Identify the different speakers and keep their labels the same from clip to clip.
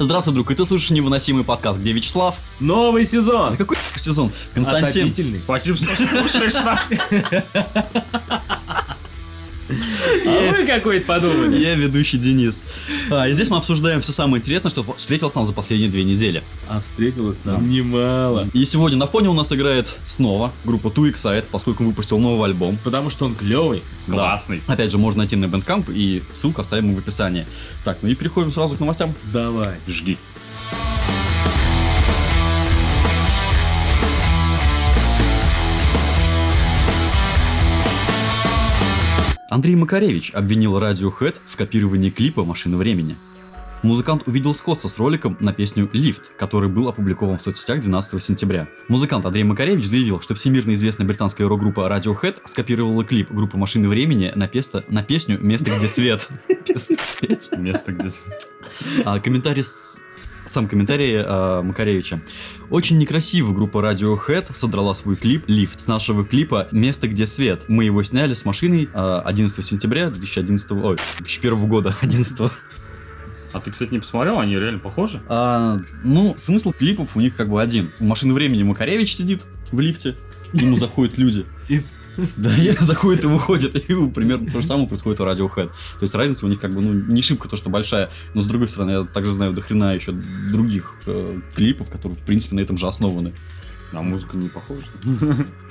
Speaker 1: Здравствуй, друг, и ты слушаешь невыносимый подкаст, где Вячеслав...
Speaker 2: Новый сезон!
Speaker 1: Да какой сезон? Константин...
Speaker 2: Отопительный.
Speaker 3: Спасибо, что слушаешь нас.
Speaker 2: А вы какой-то подумали.
Speaker 1: Я ведущий Денис. А, и здесь мы обсуждаем все самое интересное, что встретилось нам за последние две недели.
Speaker 2: А встретилось там немало.
Speaker 1: И сегодня на фоне у нас играет снова группа Two Excited, поскольку выпустил новый альбом.
Speaker 2: Потому что он клевый.
Speaker 1: Да.
Speaker 3: Классный.
Speaker 1: Опять же, можно найти на Bandcamp, и ссылку оставим в описании. Так, ну и переходим сразу к новостям.
Speaker 2: Давай.
Speaker 3: Жги.
Speaker 1: Андрей Макаревич обвинил Radiohead в копировании клипа «Машины времени». Музыкант увидел сходство с роликом на песню «Лифт», который был опубликован в соцсетях 12 сентября. Музыкант Андрей Макаревич заявил, что всемирно известная британская рок-группа Radiohead скопировала клип группы «Машины времени» на, песто- на песню «Место, где свет». Место, где свет.
Speaker 3: Место, где... с-
Speaker 1: А, комментарий с- Сам комментарий а, Макаревича. Очень некрасиво группа Radiohead содрала свой клип «Лифт» с нашего клипа «Место, где свет». Мы его сняли с машиной а, 11 сентября 2011, ой, 2001 года, 11
Speaker 3: А ты, кстати, не посмотрел? Они реально похожи?
Speaker 1: А, ну, смысл клипов у них как бы один. В машину времени Макаревич сидит в лифте, к нему заходят люди. Да, и заходят и выходят. И примерно то же самое происходит у Radiohead. То есть разница у них как бы ну, не шибко то, что большая. Но с другой стороны, я также знаю до хрена еще других э, клипов, которые в принципе на этом же основаны.
Speaker 3: А музыка не похожа.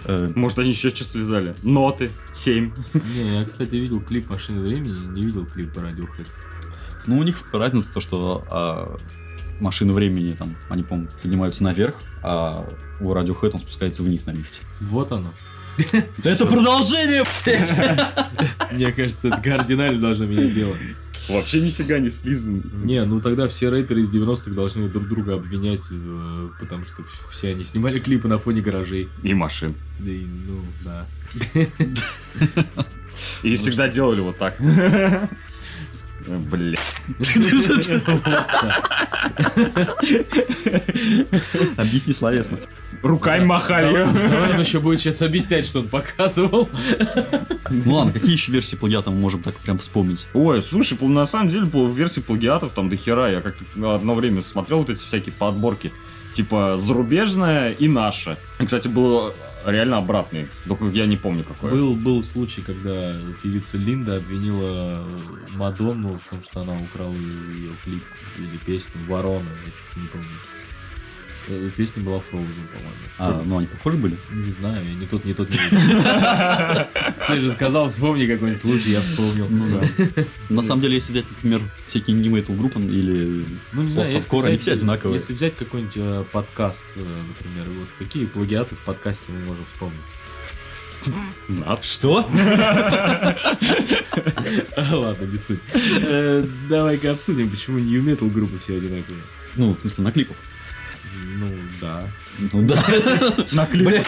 Speaker 1: Э,
Speaker 3: Может, они еще что слезали? Ноты. Семь.
Speaker 2: Не, я, кстати, видел клип «Машины времени», не видел клип по Radiohead.
Speaker 1: ну, у них разница то, что а, машины времени там, они, по-моему, поднимаются наверх, а у Radiohead он спускается вниз на лифте.
Speaker 2: Вот оно.
Speaker 1: Это продолжение, блядь!
Speaker 2: Мне кажется, это кардинально должно меня делать.
Speaker 3: Вообще нифига не слизан.
Speaker 2: Не, ну тогда все рэперы из 90-х должны друг друга обвинять, э, потому что все они снимали клипы на фоне гаражей.
Speaker 3: И машин.
Speaker 2: Да и, ну, да.
Speaker 3: И всегда делали вот так. Э, Бля.
Speaker 1: Объясни словесно.
Speaker 3: Руками махали.
Speaker 2: Давай он еще будет сейчас объяснять, что он показывал.
Speaker 1: Ну ладно, какие еще версии плагиата мы можем так прям вспомнить?
Speaker 3: Ой, слушай, пл- на самом деле по версии плагиатов там до хера. Я как-то одно время смотрел вот эти всякие подборки. Типа зарубежная и наша. И, кстати, было реально обратный. Только я не помню какой.
Speaker 2: Был, был случай, когда певица Линда обвинила Мадонну в том, что она украла ее клип или песню Ворона, я что-то не помню. Э, Песня была Frozen, по-моему.
Speaker 1: А, ну они похожи были?
Speaker 2: Не знаю, я не тот, не тот, не тот. Ты же сказал, вспомни какой-нибудь случай, я вспомнил.
Speaker 1: Ну да. На самом деле, если взять, например, всякие не metal группы или...
Speaker 2: Ну, не знаю, если
Speaker 1: Постхардкор, они
Speaker 2: взять,
Speaker 1: все одинаковые.
Speaker 2: Если взять какой-нибудь э, подкаст, э, например, вот какие плагиаты в подкасте мы можем вспомнить?
Speaker 3: Нас.
Speaker 1: Что?
Speaker 2: Ладно, не суть. Э, Давай-ка обсудим, почему New Metal группы все одинаковые.
Speaker 1: Ну, в смысле, на клипах.
Speaker 2: Ну, да.
Speaker 1: Ну да.
Speaker 3: На
Speaker 1: Блядь.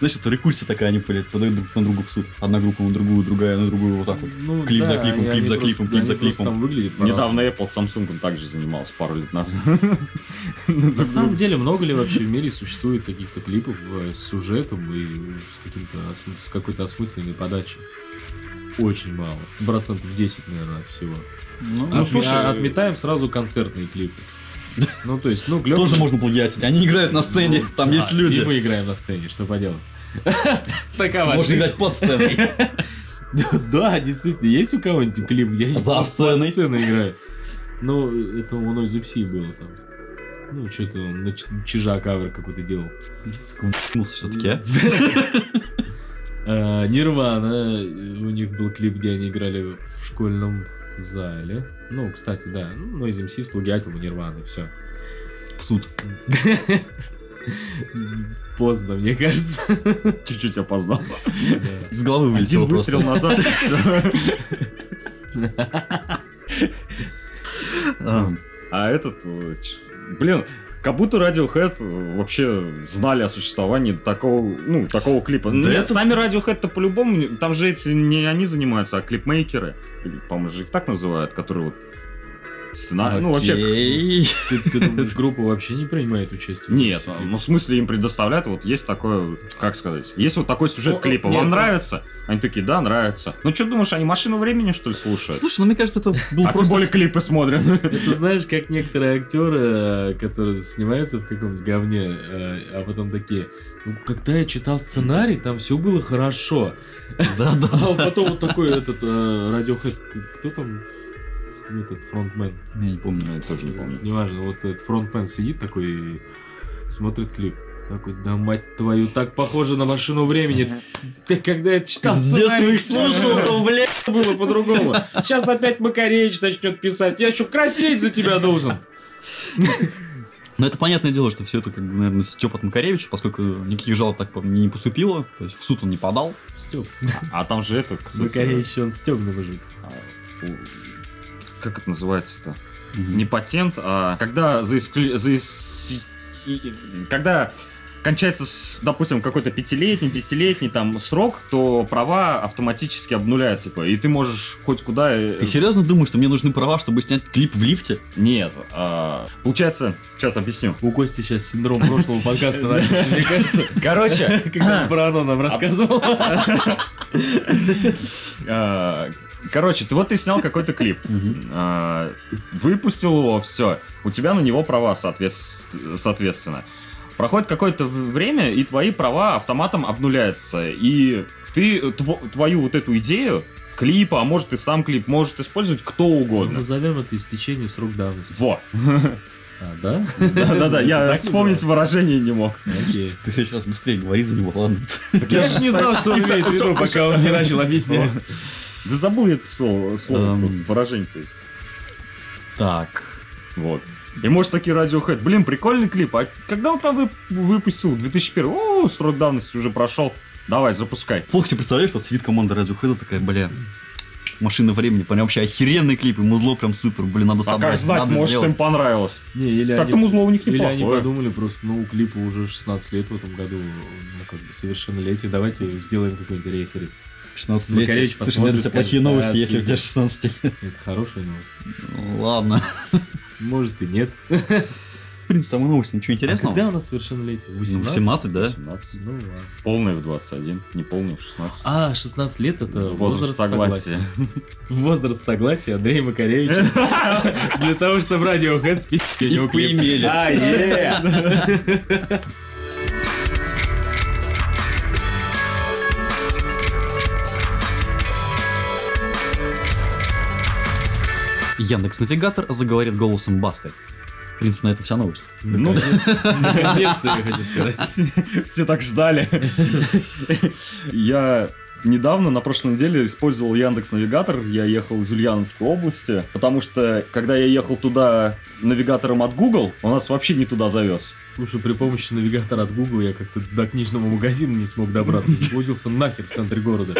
Speaker 1: Знаешь, это рекурсия такая, они блядь, подают друг на друга в суд. Одна группа на другую, другая на другую, вот так вот.
Speaker 2: Ну,
Speaker 1: Клип за
Speaker 2: да,
Speaker 1: клипом,
Speaker 2: они-
Speaker 1: клип за
Speaker 2: они
Speaker 1: клипом,
Speaker 2: просто-
Speaker 1: клип
Speaker 2: они
Speaker 1: за
Speaker 2: просто
Speaker 1: клипом.
Speaker 2: Там выглядит
Speaker 3: Недавно Apple с Samsung также занималась пару лет назад.
Speaker 2: На самом деле, много ли вообще в мире существует каких-то клипов э, с сюжетом и с, каким-то осмы- с какой-то осмысленной подачей? Очень мало. Процентов 10, наверное, всего.
Speaker 3: Ну,
Speaker 2: Отме-
Speaker 3: слушай, э,
Speaker 2: а отметаем сразу концертные клипы. Ну, то есть, ну, клёво.
Speaker 1: Тоже можно плагиатить. Они играют на сцене,
Speaker 2: Ну,
Speaker 1: там
Speaker 2: да,
Speaker 1: есть люди.
Speaker 2: И мы играем на сцене, что поделать. Такова
Speaker 1: Можно
Speaker 2: жизнь.
Speaker 1: играть под сценой.
Speaker 2: Да, действительно, есть у кого-нибудь клип, где они
Speaker 1: За
Speaker 2: под
Speaker 1: сценой.
Speaker 2: сценой играют? Ну, это у Нойз FC было там. Ну, что-то он на Ч- чижа кавер какой-то делал.
Speaker 1: Скунулся все-таки, а?
Speaker 2: А, Нирвана, э, у них был клип, где они играли в школьном зале. Ну, кстати, да, ну, Noise MC сплагиатил у Нирваны, все.
Speaker 1: В суд.
Speaker 2: Поздно, мне кажется.
Speaker 3: Чуть-чуть опоздал.
Speaker 2: Да.
Speaker 1: Из головы вылетело
Speaker 3: Один выстрел
Speaker 1: просто.
Speaker 3: назад, и всё.
Speaker 1: А,
Speaker 3: А этот... э, ч- Блин, как будто Radiohead э, вообще знали о существовании такого, ну, такого клипа.
Speaker 1: Да
Speaker 3: Нет,
Speaker 1: это-
Speaker 3: сами Radiohead-то по-любому, не- там же эти не они занимаются, а клипмейкеры, или, по-моему, же их так называют, которые вот Сценарий, ну вообще...
Speaker 1: Окей.
Speaker 2: Ты, ты думаешь, группа вообще не принимает участие? в
Speaker 3: Нет,
Speaker 2: этом
Speaker 3: ну
Speaker 2: фильме?
Speaker 3: в смысле им предоставляют, вот есть такое, как сказать, есть вот такой сюжет
Speaker 2: Ну,
Speaker 3: клипа,
Speaker 2: нет,
Speaker 3: вам
Speaker 2: ну-
Speaker 3: нравится? Они такие, да, нравится. Ну что думаешь, они машину времени что ли слушают?
Speaker 1: Слушай, ну мне кажется, это был
Speaker 3: а тем более
Speaker 1: просто...
Speaker 3: клипы смотрят.
Speaker 2: Это знаешь, как некоторые актеры, э, которые снимаются в каком-то говне, э, а потом такие, ну, когда я читал сценарий, там все было хорошо.
Speaker 1: Да, да.
Speaker 2: А потом вот такой этот радиохед, кто там? Этот фронтмен.
Speaker 1: Я не помню.
Speaker 3: Я тоже не помню.
Speaker 2: Неважно, вот этот фронтмен сидит такой и смотрит клип. Такой, да мать твою, так похоже на машину времени. Ты когда я читал
Speaker 1: С детства
Speaker 2: сценарий,
Speaker 1: их слушал, то, блядь.
Speaker 2: было по-другому. Сейчас опять Макаревич начнет писать. Я еще краснеть за тебя должен.
Speaker 1: Но это понятное дело, что все это, как бы, наверное, степ от Макаревича, поскольку никаких жалоб так по- не поступило, то есть в суд он не подал.
Speaker 2: Степ.
Speaker 3: А там же это, кстати,
Speaker 2: Макаревич, он стебный мужик.
Speaker 3: а, у- как это называется-то? не патент, а когда за исклю- за ис- и- и- когда кончается, с, допустим, какой-то пятилетний, десятилетний там срок, то права автоматически обнуляются, типа, и ты можешь хоть куда... э,
Speaker 1: Ты серьезно думаешь, что мне нужны права, чтобы снять клип в лифте?
Speaker 3: Нет, а, получается, сейчас объясню.
Speaker 2: У Кости сейчас синдром прошлого подкаста начался, мне кажется.
Speaker 3: Короче,
Speaker 2: Когда он про оно нам рассказывал.
Speaker 3: а, короче, ты вот ты снял какой-то клип, а, выпустил его, все, у тебя на него права соответс- соответственно. Проходит какое-то в- время, и твои права автоматом обнуляются, и ты э, тво- твою вот эту идею клипа, а может и сам клип, может использовать кто угодно.
Speaker 2: Назовем это истечение срок давности.
Speaker 3: Во.
Speaker 2: А, да?
Speaker 3: Да-да-да, я
Speaker 2: Так
Speaker 3: вспомнить
Speaker 2: называется?
Speaker 3: выражение не мог.
Speaker 2: Окей.
Speaker 1: Ты сейчас быстрее говори за него, ладно?
Speaker 2: Я же не знал, что он
Speaker 3: И со-
Speaker 2: имеет в
Speaker 3: со-
Speaker 2: виду, пока он не начал объяснять.
Speaker 3: Да забыл я это слово, слово
Speaker 1: Эм.
Speaker 3: просто, выражение то есть.
Speaker 1: Так.
Speaker 3: Вот. И может такие Radiohead, блин, прикольный клип, а когда он там вып- выпустил? 2001? О, срок давности уже прошел. Давай, запускай.
Speaker 1: Плохо себе представляешь, что сидит команда Radiohead и такая, бля, машина времени, прям вообще охеренный клип, и музло прям супер, блин, надо
Speaker 3: А
Speaker 1: собрать,
Speaker 3: как знать,
Speaker 1: Ну, надо
Speaker 3: может им
Speaker 1: сделать.
Speaker 3: понравилось.
Speaker 2: Не, или
Speaker 3: Так-то
Speaker 2: они-
Speaker 3: музло у них
Speaker 2: Или они
Speaker 3: неплохое.
Speaker 2: подумали просто, ну, клипу уже 16 лет в этом году, ну, как бы совершеннолетие, давайте сделаем какой-нибудь ректорец.
Speaker 1: 16
Speaker 2: Макаревич
Speaker 1: лет. Слушай, у меня для тебя
Speaker 2: посмотрит,
Speaker 1: плохие
Speaker 2: скажет,
Speaker 1: новости,
Speaker 2: «А,
Speaker 1: если у тебя
Speaker 2: скидки».
Speaker 1: 16 лет.
Speaker 2: Это хорошая новость.
Speaker 1: Ну, Ладно.
Speaker 2: Может и нет.
Speaker 1: В принципе, самой новости ничего
Speaker 2: А
Speaker 1: интересного.
Speaker 2: когда у нас совершеннолетие?
Speaker 1: Ну,
Speaker 2: 18?
Speaker 1: 17, да?
Speaker 3: 17.
Speaker 2: Ну ладно.
Speaker 3: Полное в 21, неполное в 16.
Speaker 2: А, 16 лет это
Speaker 3: Возраст согласия.
Speaker 2: Возраст согласия Андрея Макаревича. Для того, чтобы Radiohead спички
Speaker 1: И поимели.
Speaker 2: А, е!
Speaker 1: Яндекс Навигатор заговорит голосом Басты. В принципе, на этом вся новость.
Speaker 3: Ну,
Speaker 2: Наконец-то я хочу сказать.
Speaker 3: все так ждали. Я недавно, на прошлой неделе, использовал Яндекс Навигатор. Я ехал из Ульяновской области, потому что, когда я ехал туда навигатором от Google, он нас вообще не туда завез.
Speaker 2: Слушай, при помощи навигатора от Google я как-то до книжного магазина не смог добраться. Заблудился нахер в центре города.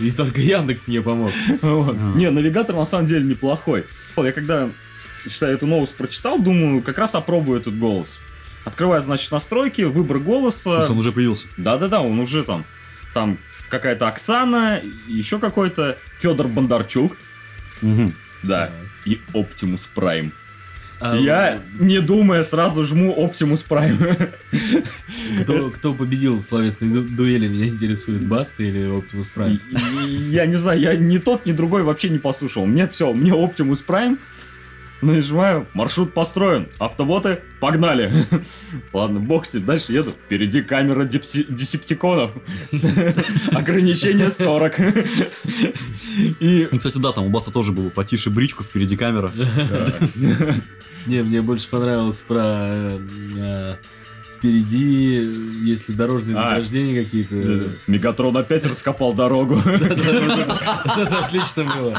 Speaker 2: И только Яндекс мне помог.
Speaker 3: Вот.
Speaker 1: А.
Speaker 3: Не, навигатор на самом деле неплохой. Вот, Я когда читаю эту новость прочитал, думаю, как раз опробую этот голос. Открываю, значит, настройки, выбор
Speaker 1: В смысле,
Speaker 3: голоса.
Speaker 1: он уже появился.
Speaker 3: Да-да-да, он уже там. Там какая-то Оксана, еще какой-то Федор Бондарчук.
Speaker 1: Мгм.
Speaker 3: Да. И Оптимус Прайм.
Speaker 2: А,
Speaker 3: Я, не думая, сразу жму Оптимус Прайм.
Speaker 2: Кто, кто победил в словесной ду- дуэли, меня интересует, Баста или Оптимус Прайм?
Speaker 3: Я не знаю, я ни тот, ни другой вообще не послушал. Мне все, мне Оптимус Прайм. Нажимаю, маршрут построен, автоботы погнали. Ладно, бог с ним, дальше еду. Впереди камера депси- десептиконов. Ограничение 40. И...
Speaker 1: Ну, кстати, да, там у Баста тоже было потише бричку, впереди камера.
Speaker 2: Не, мне больше понравилось про э, э, впереди, э, если дорожные
Speaker 3: А.
Speaker 2: заграждения какие-то.
Speaker 3: э, Мегатрон опять раскопал дорогу.
Speaker 2: Это отлично было.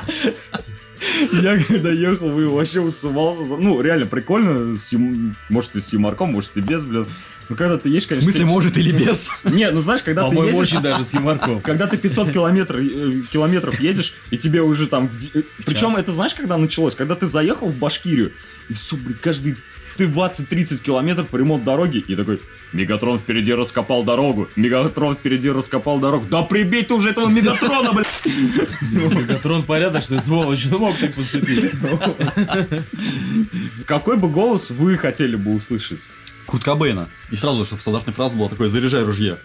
Speaker 3: Я когда ехал, вы вообще усывался. Ну, реально прикольно. с юм- Может, и с юморком, может, и без, блин. Ну, когда ты едешь,
Speaker 1: В
Speaker 3: конечно...
Speaker 1: смысле, может А или без?
Speaker 3: Не, ну знаешь, когда ты
Speaker 2: По-моему,
Speaker 3: едешь...
Speaker 2: очень даже с юморком.
Speaker 3: Когда ты 500 километр, э, километров едешь, и тебе уже там... Причем
Speaker 2: час.
Speaker 3: это знаешь, когда началось? Когда ты заехал в Башкирию, и, сука, блин, каждый ты 20-30 километров ремонт дороги, и такой, Мегатрон впереди раскопал дорогу. Мегатрон впереди раскопал дорогу. Да прибей ты уже этого Мегатрона, блядь!
Speaker 2: Мегатрон порядочный сволочь, ну мог так поступить.
Speaker 3: Какой бы голос вы хотели бы услышать?
Speaker 1: Курт Кобейна. И сразу, чтобы стандартная фраза была такой «заряжай ружье».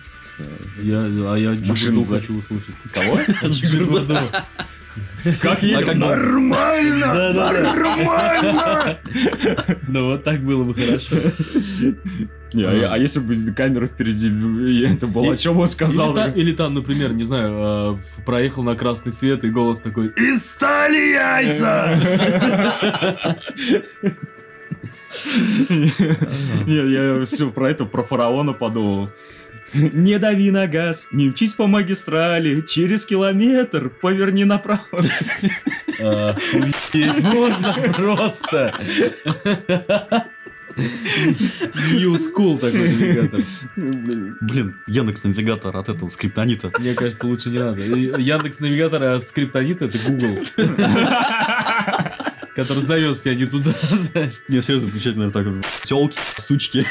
Speaker 2: Я, а я
Speaker 3: Машину
Speaker 2: Джигурду
Speaker 3: за-
Speaker 2: хочу услышать.
Speaker 3: Кого?
Speaker 2: Джигурду.
Speaker 3: Как едем?
Speaker 1: А как бы-
Speaker 3: Нормально!
Speaker 2: Да-да-да.
Speaker 3: Нормально!
Speaker 2: Ну вот так было бы хорошо.
Speaker 3: Не, а а если бы камера впереди, и это было, о чем он сказал?
Speaker 2: Или, та- или там, например, не знаю, э, в- проехал на красный свет и голос такой.
Speaker 3: И стали яйца! Нет, я все про это, про фараона подумал. Не дави на газ, не мчись по магистрали, через километр поверни направо.
Speaker 2: «А, Охуеть, можно просто. New school такой навигатор.
Speaker 3: Блин.
Speaker 1: Блин, Яндекс навигатор от этого скриптонита.
Speaker 2: Мне кажется, лучше не надо. И Яндекс навигатор, а скриптонит это Google. Который завез тебя не туда, знаешь.
Speaker 1: Не, серьезно, отвечать, наверное, так. Телки, сучки.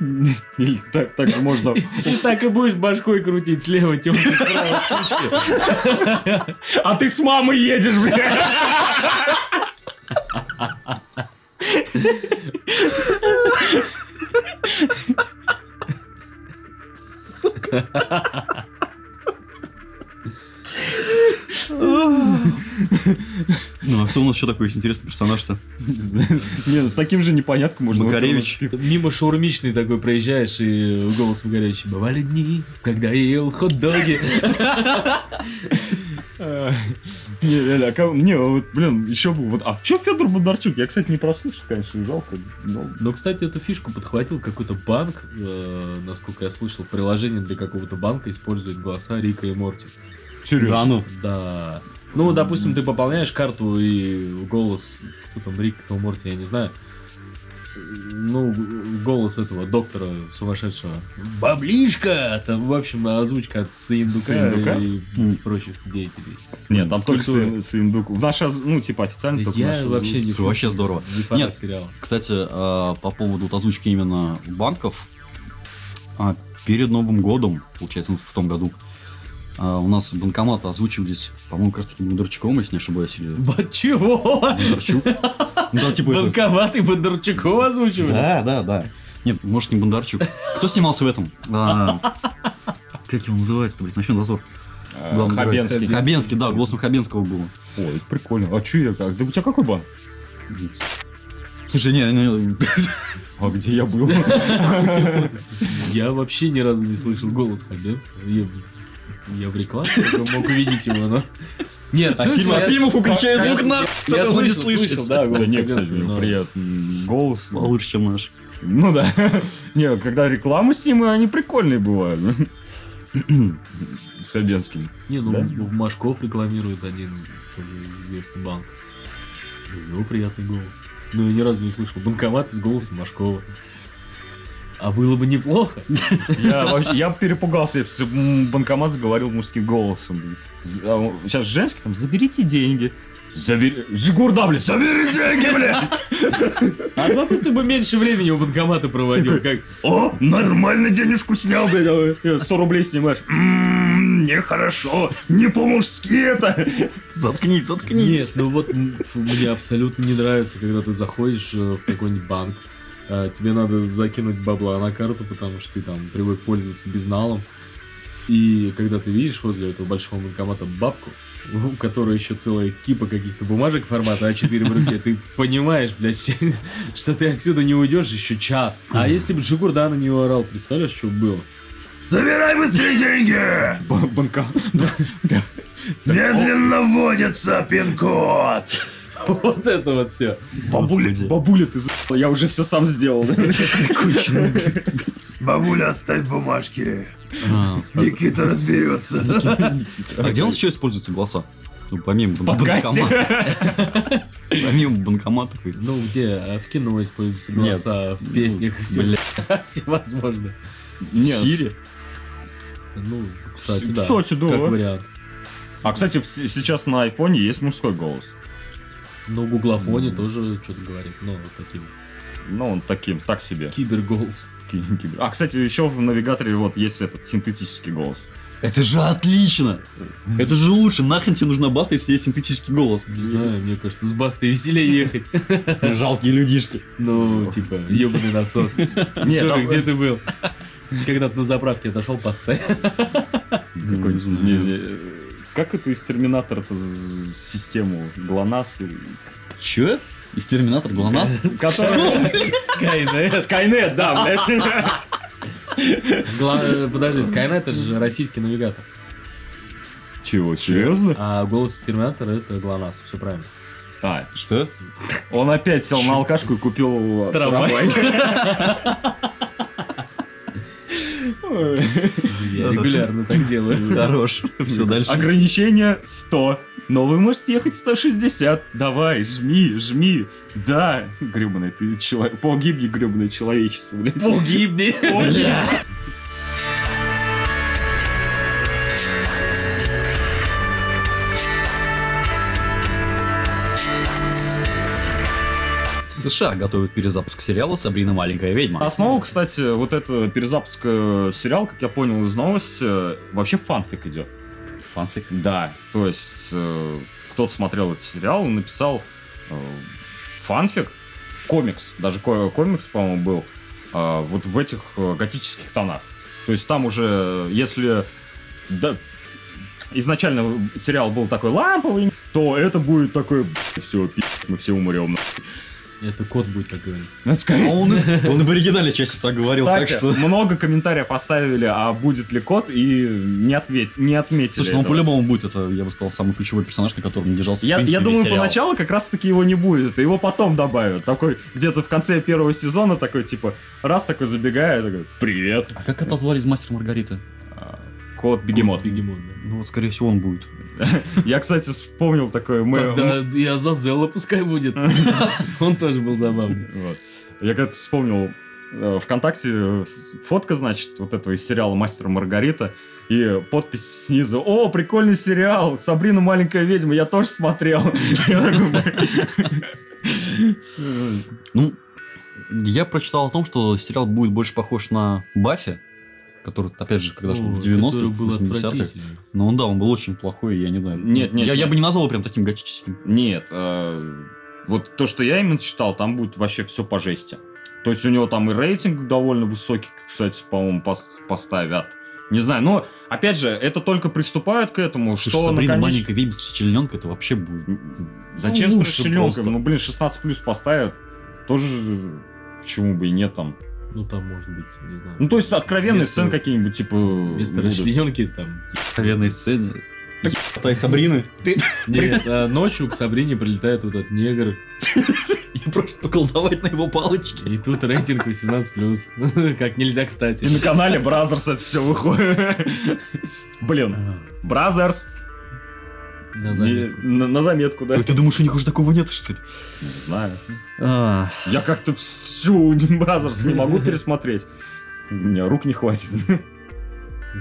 Speaker 3: Или Так, так же можно.
Speaker 2: И так и будешь башкой крутить слева, темный, справа, сучки.
Speaker 3: А ты с мамой едешь, блядь!
Speaker 1: Ну, а кто у нас еще такой есть интересный персонаж-то?
Speaker 3: Не, ну с таким же непонятком можно...
Speaker 1: Макаревич.
Speaker 2: Мимо шаурмичный такой проезжаешь, и голос горячий. Бывали дни, когда я ел хот-доги.
Speaker 3: Э, Не, реально, а кого- не, вот, блин, еще бы, вот, а че Федор Бондарчук? Я, кстати, не прослышал, конечно, жалко. но-
Speaker 2: Но, кстати, эту фишку подхватил какой-то банк, э, насколько я слышал, приложение для какого-то банка использует голоса Рика и Морти.
Speaker 1: Да ну.
Speaker 2: Да. Ну, допустим, ты пополняешь карту и голос, кто там, Рик, кто Морти, я не знаю. Ну, голос этого доктора сумасшедшего. Баблишка! Там, в общем, озвучка от Сындука
Speaker 3: Сыендука?
Speaker 2: и
Speaker 1: М.
Speaker 2: прочих деятелей.
Speaker 3: Нет, там только
Speaker 2: Культура.
Speaker 3: с, с индуку. В наш, ну, типа, официально только
Speaker 2: Я
Speaker 3: наш
Speaker 2: вообще
Speaker 3: звук.
Speaker 2: не
Speaker 1: Это вообще здорово.
Speaker 2: Не фанат
Speaker 1: Нет.
Speaker 2: сериала.
Speaker 1: Кстати, э, по поводу вот озвучки именно банков, а, перед Новым годом, получается, ну, в том году, а, у нас банкоматы озвучивались, по-моему, как раз таки Бондарчуком, если не ошибаюсь, или
Speaker 2: Ба- Чего?
Speaker 1: Бондарчук. Ну, да, типа это-
Speaker 2: Банковат и Бондарчуков озвучивали?
Speaker 1: Да, да, да. Нет, может, не Бондарчук. Кто снимался в этом? А, Как его называют-то, блядь, «Ночной дозор»?
Speaker 3: Э,
Speaker 1: Главный герой.
Speaker 3: Хабенский.
Speaker 1: Хабенский, да, голосом Хабенского было.
Speaker 3: Ой, это прикольно. А че я как? Да у тебя какой банк?
Speaker 1: Слушай, не, не,
Speaker 3: А где я был?
Speaker 2: Я вообще ни разу не слышал голос Хабенского. Я, я в рекламе только мог увидеть его, но... Нет,
Speaker 1: от фильма- от фильмов укрепляет звук нахуй,
Speaker 2: Я
Speaker 1: чтобы не
Speaker 2: слышал, слышал,
Speaker 1: слышать.
Speaker 2: да,
Speaker 3: Да
Speaker 2: голос
Speaker 3: не, кстати, ну,
Speaker 2: Хабенского, но-
Speaker 3: приятный голос.
Speaker 1: Лучше, чем наш.
Speaker 3: Ну да. Не, когда рекламу снимаю, они прикольные бывают. С Хабенским.
Speaker 2: Не, ну,
Speaker 3: Да?
Speaker 2: в Машков рекламирует один тоже известный банк. У него приятный голос. Ну, я ни разу не слышал банкомат с голосом Машкова. А было бы неплохо.
Speaker 3: Я, во- я перепугался, если бы м, банкомат заговорил мужским голосом. З- а он- Сейчас женский там, заберите деньги. Забери... Жигурда, блядь, забери деньги, блядь!
Speaker 2: А зато ты бы меньше времени у банкомата проводил, как...
Speaker 3: О, нормально денежку снял, блядь. Э, 100 рублей снимаешь. М, Нехорошо, не по-мужски это.
Speaker 1: Заткнись, заткнись.
Speaker 2: Нет, ну вот м, фу, мне абсолютно не нравится, когда ты заходишь э, в какой-нибудь банк, э, тебе надо закинуть бабла на карту, потому что ты там привык пользоваться безналом. И когда ты видишь возле этого большого банкомата бабку, у которой еще целая кипа каких-то бумажек формата А4 в руке, ты понимаешь, блядь, что ты отсюда не уйдешь еще час. А если бы Джигурда на нее орал, представляешь, что было?
Speaker 4: Забирай быстрее деньги!
Speaker 3: Банка...
Speaker 4: Медленно вводится пин-код!
Speaker 2: Вот это вот все.
Speaker 3: Бабуля,
Speaker 1: Господи.
Speaker 3: бабуля, ты за... Я уже все сам сделал.
Speaker 4: Бабуля, оставь бумажки.
Speaker 1: А,
Speaker 4: Никита разберется.
Speaker 1: А где у нас еще используются голоса? Ну, помимо бан- банкоматов.
Speaker 3: Подкасте.
Speaker 1: Помимо банкоматов. и-
Speaker 2: Ну где? А В кино используются
Speaker 1: Нет.
Speaker 2: голоса, в песнях все.
Speaker 1: Бля,
Speaker 2: Всевозможно.
Speaker 3: Не,
Speaker 1: Сири.
Speaker 2: Ну, кстати,
Speaker 3: С-
Speaker 2: да.
Speaker 3: кстати, да.
Speaker 2: Как вариант.
Speaker 3: А, кстати, в- сейчас на айфоне есть мужской голос.
Speaker 2: Ну, гуглофоне тоже что-то говорит, но вот таким
Speaker 3: Ну, он таким, так себе.
Speaker 2: Киберголс.
Speaker 3: Ки- кибер- А, кстати, еще в навигаторе вот есть этот синтетический голос.
Speaker 1: Это же отлично! Это же лучше! Нахрен тебе нужна баста, если есть синтетический голос?
Speaker 2: Не знаю, мне кажется, с бастой веселее ехать.
Speaker 1: Жалкие людишки.
Speaker 2: Ну, типа, ебаный насос.
Speaker 3: Нет,
Speaker 2: Жора,
Speaker 3: там-
Speaker 2: где ты был? Когда ты на заправке отошел поссать.
Speaker 3: Какой-нибудь,
Speaker 1: знаю.
Speaker 3: не- не- Как эту из Терминатора-то з- систему ГЛОНАСС? или-
Speaker 1: Че? Из Терминатор ГЛОНАСС?
Speaker 3: Которая-
Speaker 2: Skynet.
Speaker 3: Скайнет, да, блядь.
Speaker 2: Гла- э, Подожди, Skynet это же российский навигатор.
Speaker 3: Чего, серьезно?
Speaker 2: А голос Терминатора это ГЛОНАСС, все правильно.
Speaker 3: А,
Speaker 1: Что?
Speaker 3: он опять сел на алкашку и купил э,
Speaker 2: Трамвай.
Speaker 3: трамвай.
Speaker 2: Я регулярно так делаю.
Speaker 1: Хорош. Все, дальше.
Speaker 3: Ограничение 100. Но вы можете ехать 160. Давай, жми, жми. Да. Гребаный ты человек. Погибни, гребаное человечество, блядь.
Speaker 2: Погибни!
Speaker 1: В США готовят перезапуск сериала «Сабрина. Маленькая ведьма».
Speaker 3: Основу, кстати, вот это перезапуск э, сериала, как я понял из новости, э, вообще фанфик идет.
Speaker 1: Фанфик.
Speaker 3: Да, то есть э, кто-то смотрел этот сериал, он написал э, фанфик, комикс, даже ко- комикс, по-моему, был, э, вот в этих э, готических тонах. То есть там уже, если да, изначально сериал был такой ламповый, то это будет такой, все, мы все умрем.
Speaker 2: Это кот будет так говорить.
Speaker 3: Скорее
Speaker 1: А Он, и- он и в оригинале чаще всего говорил, так
Speaker 3: Кстати,
Speaker 1: что...
Speaker 3: много комментариев поставили, а будет ли кот, и не, ответь, не отметили
Speaker 1: Слушай, ну он
Speaker 3: этого.
Speaker 1: по-любому будет, это, я бы сказал, самый ключевой персонаж, на котором держался, в
Speaker 3: Я,
Speaker 1: принципе,
Speaker 3: я
Speaker 1: весь
Speaker 3: думаю,
Speaker 1: сериал.
Speaker 3: поначалу как раз-таки его не будет, и его потом добавят. Такой, где-то в конце первого сезона такой, типа, раз такой забегает, такой, привет.
Speaker 1: А как отозвали из «Мастера и Маргариты»?
Speaker 3: А, Кот Бегемот.
Speaker 2: Бегемот, да.
Speaker 1: Ну вот, скорее всего, он будет.
Speaker 3: Я, кстати, вспомнил такое... мы-
Speaker 2: Тогда и Азазелла пускай будет. Он тоже был забавный.
Speaker 3: мы- вот. Я как-то вспомнил э, ВКонтакте э, с- фотка, значит, вот этого из сериала «Мастер и Маргарита», и подпись снизу. О, прикольный сериал! Сабрина маленькая ведьма, я тоже смотрел. Я такой, «Блин».
Speaker 1: Ну, я прочитал о том, что сериал будет больше похож на Баффи, который, опять же, когда шел в
Speaker 2: О,
Speaker 1: 90-х,
Speaker 2: который
Speaker 1: в
Speaker 2: был
Speaker 1: 80-х.
Speaker 2: отвратительный.
Speaker 1: Ну, он, да, он был очень плохой, я не знаю.
Speaker 3: Нет, нет,
Speaker 1: Я, я
Speaker 3: нет.
Speaker 1: бы не назвал его прям таким готическим.
Speaker 3: Нет, э, вот то, что я именно читал, там будет вообще все по жести. То есть у него там и рейтинг довольно высокий, кстати, по-моему, пос- поставят. Не знаю, но опять же, это только приступают к этому,
Speaker 1: Слушай,
Speaker 3: что
Speaker 1: Сабрина
Speaker 3: наконец-
Speaker 1: маленькая ведьма с члененкой, это вообще будет...
Speaker 3: Зачем
Speaker 1: Ну,
Speaker 3: с
Speaker 1: лучше
Speaker 3: расчленкой?
Speaker 1: просто.
Speaker 3: Ну блин, 16 плюс поставят. Тоже э, почему бы и нет там.
Speaker 2: Ну там может быть, не знаю.
Speaker 3: Ну то есть откровенные
Speaker 2: Вместо-
Speaker 3: сцены какие-нибудь типа.
Speaker 2: Вместо
Speaker 3: будут.
Speaker 2: расчлененки там.
Speaker 1: Откровенной сцене. Тай Сабрины.
Speaker 2: Нет, а ночью к Сабрине прилетает вот этот негр.
Speaker 1: И просто поколдовать на его палочке.
Speaker 2: И тут рейтинг 18+. Как нельзя,
Speaker 3: И
Speaker 2: кстати.
Speaker 3: на канале Бразерс это все выходит. Блин,
Speaker 2: А,
Speaker 3: Бразерс.
Speaker 2: На
Speaker 3: Не-
Speaker 2: заметку.
Speaker 3: На на заметку, да.
Speaker 1: Ой, Ты думаешь, у них уже такого нет, что ли?
Speaker 3: Не знаю.
Speaker 1: А,
Speaker 3: Я как-то всю Бразерс не могу пересмотреть. У меня рук не хватит.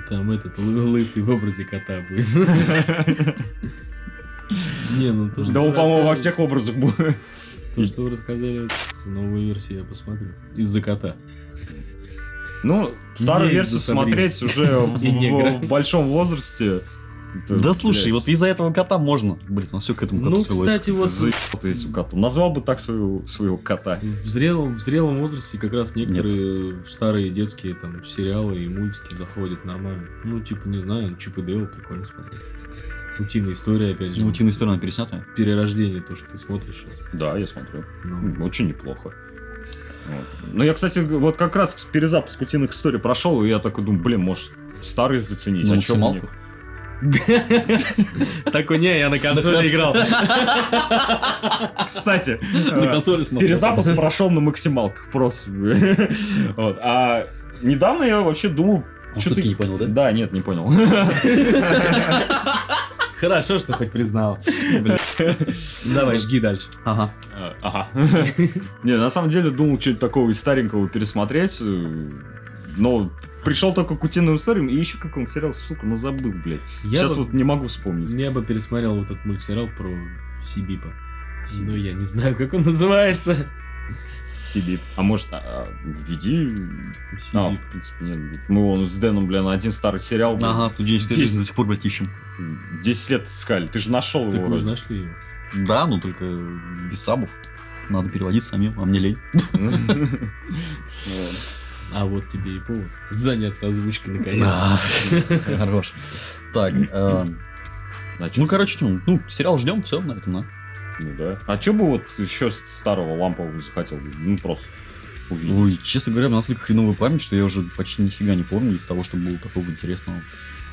Speaker 2: Там этот лы- лысый в образе кота будет. Не, ну то, что
Speaker 3: Да
Speaker 2: вы
Speaker 3: он, по-моему, во
Speaker 2: рассказывали-
Speaker 3: всех образах был.
Speaker 2: То, что вы рассказали, с новой версии я посмотрю. Из-за кота.
Speaker 3: Ну, старую
Speaker 2: Не
Speaker 3: версию
Speaker 2: из-за Сабрины.
Speaker 3: смотреть уже в-
Speaker 2: И негра.
Speaker 3: в в большом возрасте. Это,
Speaker 1: да слушай,
Speaker 3: блядь,
Speaker 1: вот из-за этого кота можно. Блин, у нас все к этому коту
Speaker 2: Ну,
Speaker 1: свелось.
Speaker 2: кстати, вот
Speaker 3: заебал ты этим котом. Назвал бы так своего, своего кота.
Speaker 2: В зрелом, в зрелом возрасте как раз некоторые старые детские там сериалы и мультики заходят нормально. Ну, типа, не знаю, Чип и Дейл прикольно смотреть. Утиная история, опять же.
Speaker 1: Ну, утиная история, она переснятая.
Speaker 2: Перерождение, то, что ты смотришь сейчас.
Speaker 3: Да, я смотрю.
Speaker 2: Ну,
Speaker 3: М, Очень неплохо. Вот. Ну, я, кстати, вот как раз перезапуск утиных историй прошел, и я такой думаю, блин, может, старый заценить.
Speaker 1: На
Speaker 3: а чё мне?
Speaker 1: максималках.
Speaker 2: Так у нее я на консоли играл.
Speaker 3: Кстати,
Speaker 1: На
Speaker 3: э,
Speaker 1: консоли
Speaker 2: Ну,
Speaker 1: смотрел.
Speaker 3: Перезапуск прошел на максималках просто. Вот. А недавно я вообще думал...
Speaker 1: А
Speaker 3: чё
Speaker 1: шутки не понял, да?
Speaker 3: Да, нет, не понял.
Speaker 2: Хорошо, что хоть признал. Давай, жги дальше.
Speaker 1: Ага.
Speaker 3: Э, Ага. Не, на самом деле думал что-то такого из старенького пересмотреть. э, Но пришел только к утиным историям и еще к какому сериалу, сука, ну забыл, блядь.
Speaker 2: Я
Speaker 3: Сейчас
Speaker 2: бы-
Speaker 3: вот не могу вспомнить.
Speaker 2: я бы пересмотрел вот этот мультсериал про Сибипа. Но я не знаю, как он называется.
Speaker 3: Сибип. А может, а, введи... А,
Speaker 2: Сидит.
Speaker 3: в принципе, нет. ведь Мы вон с Дэном, блин, один старый сериал. блин,
Speaker 1: Ага, студенческая
Speaker 3: Здесь-
Speaker 1: жизнь до сих пор, блядь, ищем.
Speaker 3: 10 лет искали. Ты же нашел его.
Speaker 2: Так вы же
Speaker 3: вроде.
Speaker 2: нашли его.
Speaker 1: Да, ну только без сабов. Надо переводить самим, а мне лень.
Speaker 3: Вот.
Speaker 2: А вот тебе и повод заняться озвучкой наконец.
Speaker 1: Хорош. Так, э,
Speaker 3: А чё-
Speaker 1: ну короче, ну, ну, сериал ждем, все, на этом, на.
Speaker 3: Ну да. А чё бы вот еще старого лампового захотел? бы? Ну просто увидеть.
Speaker 1: Ой, честно говоря, у нас настолько хреновая память, что я уже почти нифига не помню из того, что было такого интересного.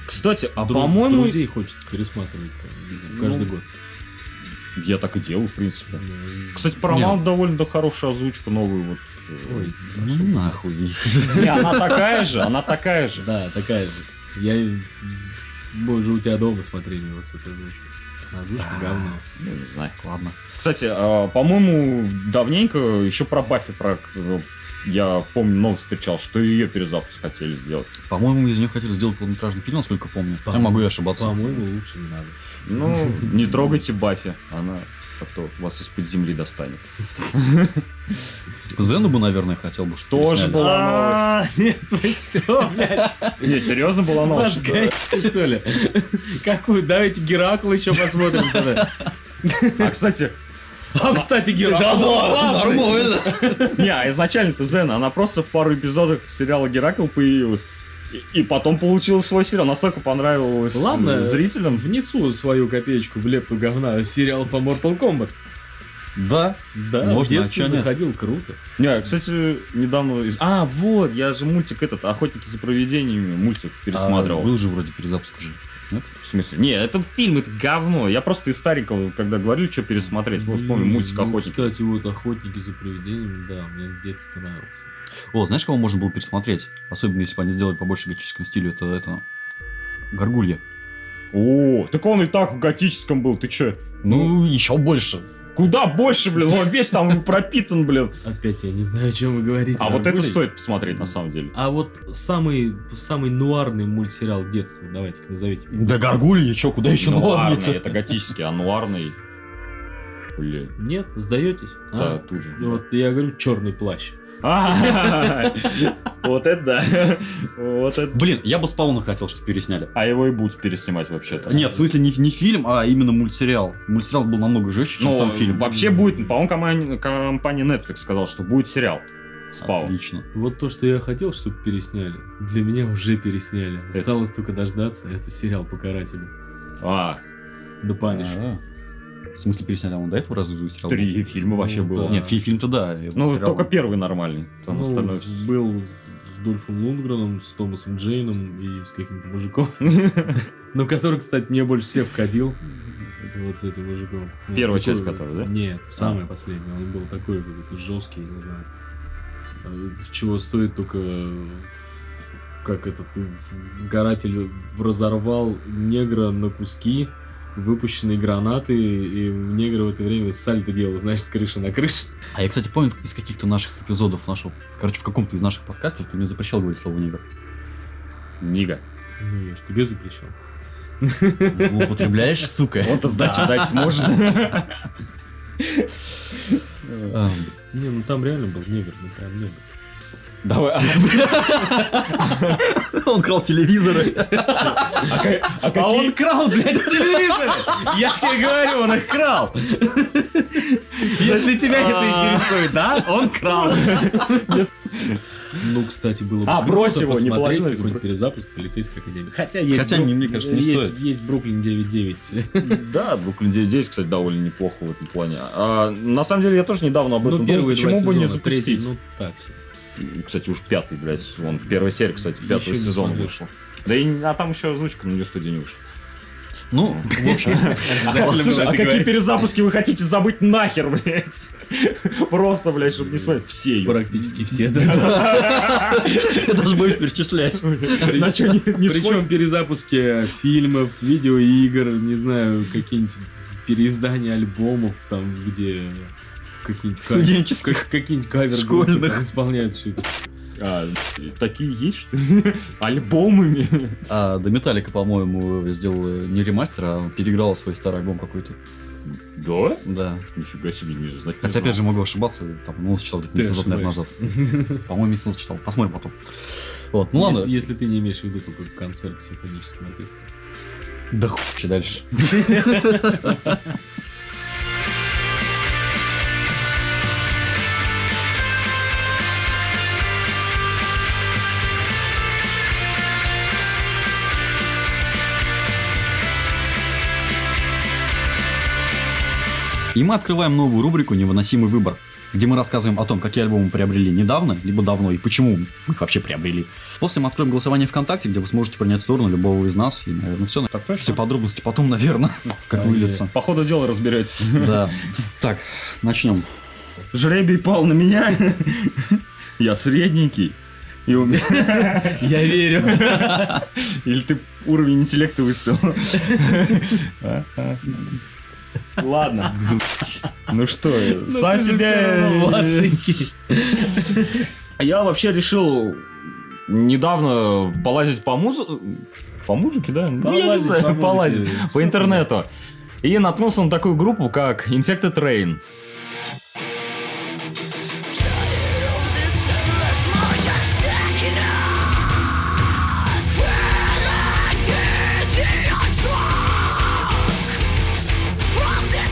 Speaker 3: Кстати, а
Speaker 2: Дру-
Speaker 3: по-моему...
Speaker 2: Друзей хочется пересматривать прям, видимо, каждый
Speaker 3: Ну,
Speaker 2: год.
Speaker 3: Я так и делаю, в принципе.
Speaker 2: Ну,
Speaker 3: Кстати, Paramount довольно хорошую озвучку новую вот. э,
Speaker 2: Ой,
Speaker 1: Ну нахуй.
Speaker 3: Не, она такая же, она такая же.
Speaker 2: Да, такая же. Я мы уже у тебя дома смотрели его с этой озвучкой. А Озвучка говно.
Speaker 3: Ну, не знаю.
Speaker 1: Ладно.
Speaker 3: Кстати, а, по-моему, давненько еще про Баффи про э, я помню, новость встречал, что ее перезапуск хотели сделать.
Speaker 1: По-моему, из нее хотели сделать полнометражный фильм, насколько помню. Хотя
Speaker 2: По-моему.
Speaker 1: могу и ошибаться.
Speaker 2: По-моему, лучше не надо.
Speaker 3: Ну, не трогайте Баффи, она как-то вас из-под земли достанет.
Speaker 1: Зену бы, наверное, хотел бы, чтобы
Speaker 3: Тоже
Speaker 1: сняли.
Speaker 3: была
Speaker 2: А, Нет, вы что, блядь,
Speaker 3: Не, серьезно была новость.
Speaker 2: разгоните, что ли? Какую? Давайте Геракла еще посмотрим тогда.
Speaker 3: А, кстати,
Speaker 2: А, кстати, Геракл. классный.
Speaker 1: нормально.
Speaker 3: не, а изначально-то Зена, она просто в пару эпизодов сериала Геракл появилась. И, и потом получила свой сериал. Настолько понравилось
Speaker 2: Ладно,
Speaker 3: э, зрителям.
Speaker 2: Внесу свою копеечку в лепту говна в сериал по Mortal Kombat.
Speaker 1: Да.
Speaker 2: Да,
Speaker 1: Можно,
Speaker 2: в детстве
Speaker 1: а чё нет?
Speaker 2: заходил, круто.
Speaker 3: Не, а, кстати, недавно... Из... А, вот, я же мультик этот, «Охотники за провидениями», мультик пересматривал.
Speaker 1: А, Был же вроде перезапуск уже. Нет?
Speaker 3: В смысле? Не, это фильм, это говно. Я просто из старенького, когда говорили, что пересмотреть, вот вспомнил
Speaker 2: М,
Speaker 3: мультик
Speaker 2: ну,
Speaker 3: «Охотники».
Speaker 2: Кстати, вот «Охотники за привидениями», да, мне в детстве нравился.
Speaker 1: О, знаешь, кого можно было пересмотреть? Особенно, если бы они сделали побольше готическому стилю, это это... Горгулья.
Speaker 3: О, так он и так в готическом был, ты чё?
Speaker 1: Ну, еще больше.
Speaker 3: Куда больше, блин, он весь там пропитан, блин.
Speaker 2: Опять я не знаю, о чем вы говорите.
Speaker 3: А вот это
Speaker 2: Аргулей.
Speaker 3: стоит посмотреть, на самом деле.
Speaker 2: А вот самый, самый нуарный мультсериал детства, давайте их назовите.
Speaker 1: Да горгулья, чё, куда еще
Speaker 3: Нуарный,
Speaker 1: нуарнее
Speaker 3: это готический, а нуарный... Блин,
Speaker 2: Нет, сдаетесь?
Speaker 3: да, тут же.
Speaker 2: А? Ну Вот я говорю, черный плащ.
Speaker 3: А, Вот это да. Вот это
Speaker 1: Блин, я бы спауна хотел, чтобы пересняли.
Speaker 3: А его и будут переснимать вообще-то.
Speaker 1: Нет, в смысле не, не фильм, а именно мультсериал. Мультсериал был намного жестче, чем
Speaker 3: Ну,
Speaker 1: сам фильм.
Speaker 3: вообще будет, по-моему, компания, компания Netflix сказала, что будет сериал. Спал.
Speaker 1: Отлично.
Speaker 2: Вот то, что я хотел, чтобы пересняли, для меня уже пересняли.
Speaker 3: Это-
Speaker 2: Осталось только дождаться. Это сериал «Покаратель».
Speaker 3: А,
Speaker 2: Да паниш.
Speaker 1: Да. В смысле пересняли? а Он до этого разве сериал? был?
Speaker 3: три фильма вообще
Speaker 2: Ну,
Speaker 3: было.
Speaker 2: да.
Speaker 3: Нет.
Speaker 1: Нет, фи- фильм-то да. э,
Speaker 3: Ну,
Speaker 1: сериал.
Speaker 3: только первый нормальный. Там
Speaker 2: Ну,
Speaker 3: остальное...
Speaker 2: был с Дольфом Лундгреном, с Томасом Джейном и с каким-то мужиком. Ну, который, кстати, мне больше всех входил. Это Вот с этим мужиком. Ну,
Speaker 3: Первая
Speaker 2: такой
Speaker 3: часть
Speaker 2: вот.
Speaker 3: которой, да?
Speaker 2: Нет, самая последняя. Он был такой какой-то жесткий, не знаю. Э, Чего стоит только э, как этот э, каратель разорвал негра на куски, выпущенные гранаты, и негр в это время сальто делал, знаешь, с крыши на крышу.
Speaker 1: А я, кстати, помню из каких-то наших эпизодов нашего... Короче, в каком-то из наших подкастов ты мне запрещал говорить слово «негр».
Speaker 3: Нига.
Speaker 2: Ну, я ж тебе запрещал.
Speaker 1: Злоупотребляешь, сука.
Speaker 3: Он-то сдачи дать сможет.
Speaker 1: Эм,
Speaker 2: Не, ну там реально был негр, ну прям негр.
Speaker 3: Давай. а-
Speaker 1: Он крал телевизоры.
Speaker 3: А ка- а
Speaker 2: А
Speaker 3: какие-
Speaker 2: он крал, блядь, телевизоры! Я тебе говорю, он их крал! Если тебя это интересует, да? Он крал. Ну, кстати, было бы
Speaker 3: А,
Speaker 2: круто
Speaker 3: брось его, не
Speaker 2: посмотреть
Speaker 3: положи на
Speaker 2: какой-нибудь
Speaker 3: бро-
Speaker 2: перезапуск полицейской академии. Хотя есть...
Speaker 1: Хотя, не, мне кажется, не
Speaker 2: есть,
Speaker 1: стоит.
Speaker 2: Есть Бруклин 9.9.
Speaker 3: Да, Бруклин 9 кстати, довольно неплохо в этом плане. А, на самом деле, я тоже недавно об этом
Speaker 2: Ну,
Speaker 3: думал,
Speaker 2: первые
Speaker 3: почему
Speaker 2: два
Speaker 3: бы не
Speaker 2: сезона, третий,
Speaker 3: запустить.
Speaker 2: Ну, так себе.
Speaker 3: Кстати, уж пятый, блядь, вон, первая серия, кстати, пятого
Speaker 2: Ещё не
Speaker 3: сезона
Speaker 2: смотрел.
Speaker 3: вышла. Да и, не- а там еще озвучка на нее студии не вышла.
Speaker 1: Ну, в общем,
Speaker 2: Обязательно
Speaker 3: Слушай,
Speaker 2: было
Speaker 3: а
Speaker 2: это
Speaker 3: какие
Speaker 2: говорить.
Speaker 3: перезапуски вы хотите забыть нахер, блядь? Просто, блядь, чтобы не смотреть. Все её.
Speaker 2: Практически все, да.
Speaker 1: я даже боюсь перечислять.
Speaker 3: На чё не- не смотришь?
Speaker 2: Причем перезапуски фильмов, видеоигр, не знаю, какие-нибудь переиздания альбомов, там, где какие-нибудь кавер-
Speaker 1: Студенческих.
Speaker 2: как- какие-нибудь кавер
Speaker 1: школьных.
Speaker 2: исполняют все это.
Speaker 3: А, Такие есть, что ли? Альбомами.
Speaker 1: А, да Металлика, по-моему, сделал не ремастер, а переиграл свой старый альбом какой-то.
Speaker 3: Да?
Speaker 1: Да.
Speaker 3: Нифига себе, не знать. не
Speaker 1: Хотя,
Speaker 3: знал.
Speaker 1: опять же, могу ошибаться, там, ну, считал где-то
Speaker 2: Ты
Speaker 1: месяц назад, наверное, назад. Ну, По-моему, месяц назад читал. Посмотрим потом. Вот, ну ладно.
Speaker 2: Если, если ты не имеешь в виду только концерт с симфоническим оркестром.
Speaker 1: Да хуй дальше. И мы открываем новую рубрику «Невыносимый выбор», где мы рассказываем о том, какие альбомы приобрели недавно, либо давно, и почему мы их вообще приобрели. После мы откроем голосование ВКонтакте, где вы сможете принять сторону любого из нас, и, наверное, все.
Speaker 3: Так
Speaker 1: Все
Speaker 3: точно?
Speaker 1: подробности потом, наверное, как
Speaker 2: Вполне.
Speaker 1: выльется.
Speaker 3: По ходу дела разбирайтесь.
Speaker 1: Да. Так, начнем.
Speaker 3: Жребий пал на меня. Я средненький. И у меня...
Speaker 2: Я верю.
Speaker 3: Или ты уровень интеллекта выставил? А? А? Ладно. Ну что, сам себе... Я вообще решил недавно полазить по музу... По музыке, да? Ну, я не
Speaker 2: Полазить по
Speaker 3: знаю,
Speaker 2: музыке.
Speaker 3: полазить.
Speaker 2: Всё
Speaker 3: По интернету. И наткнулся на такую группу, как Infected Rain.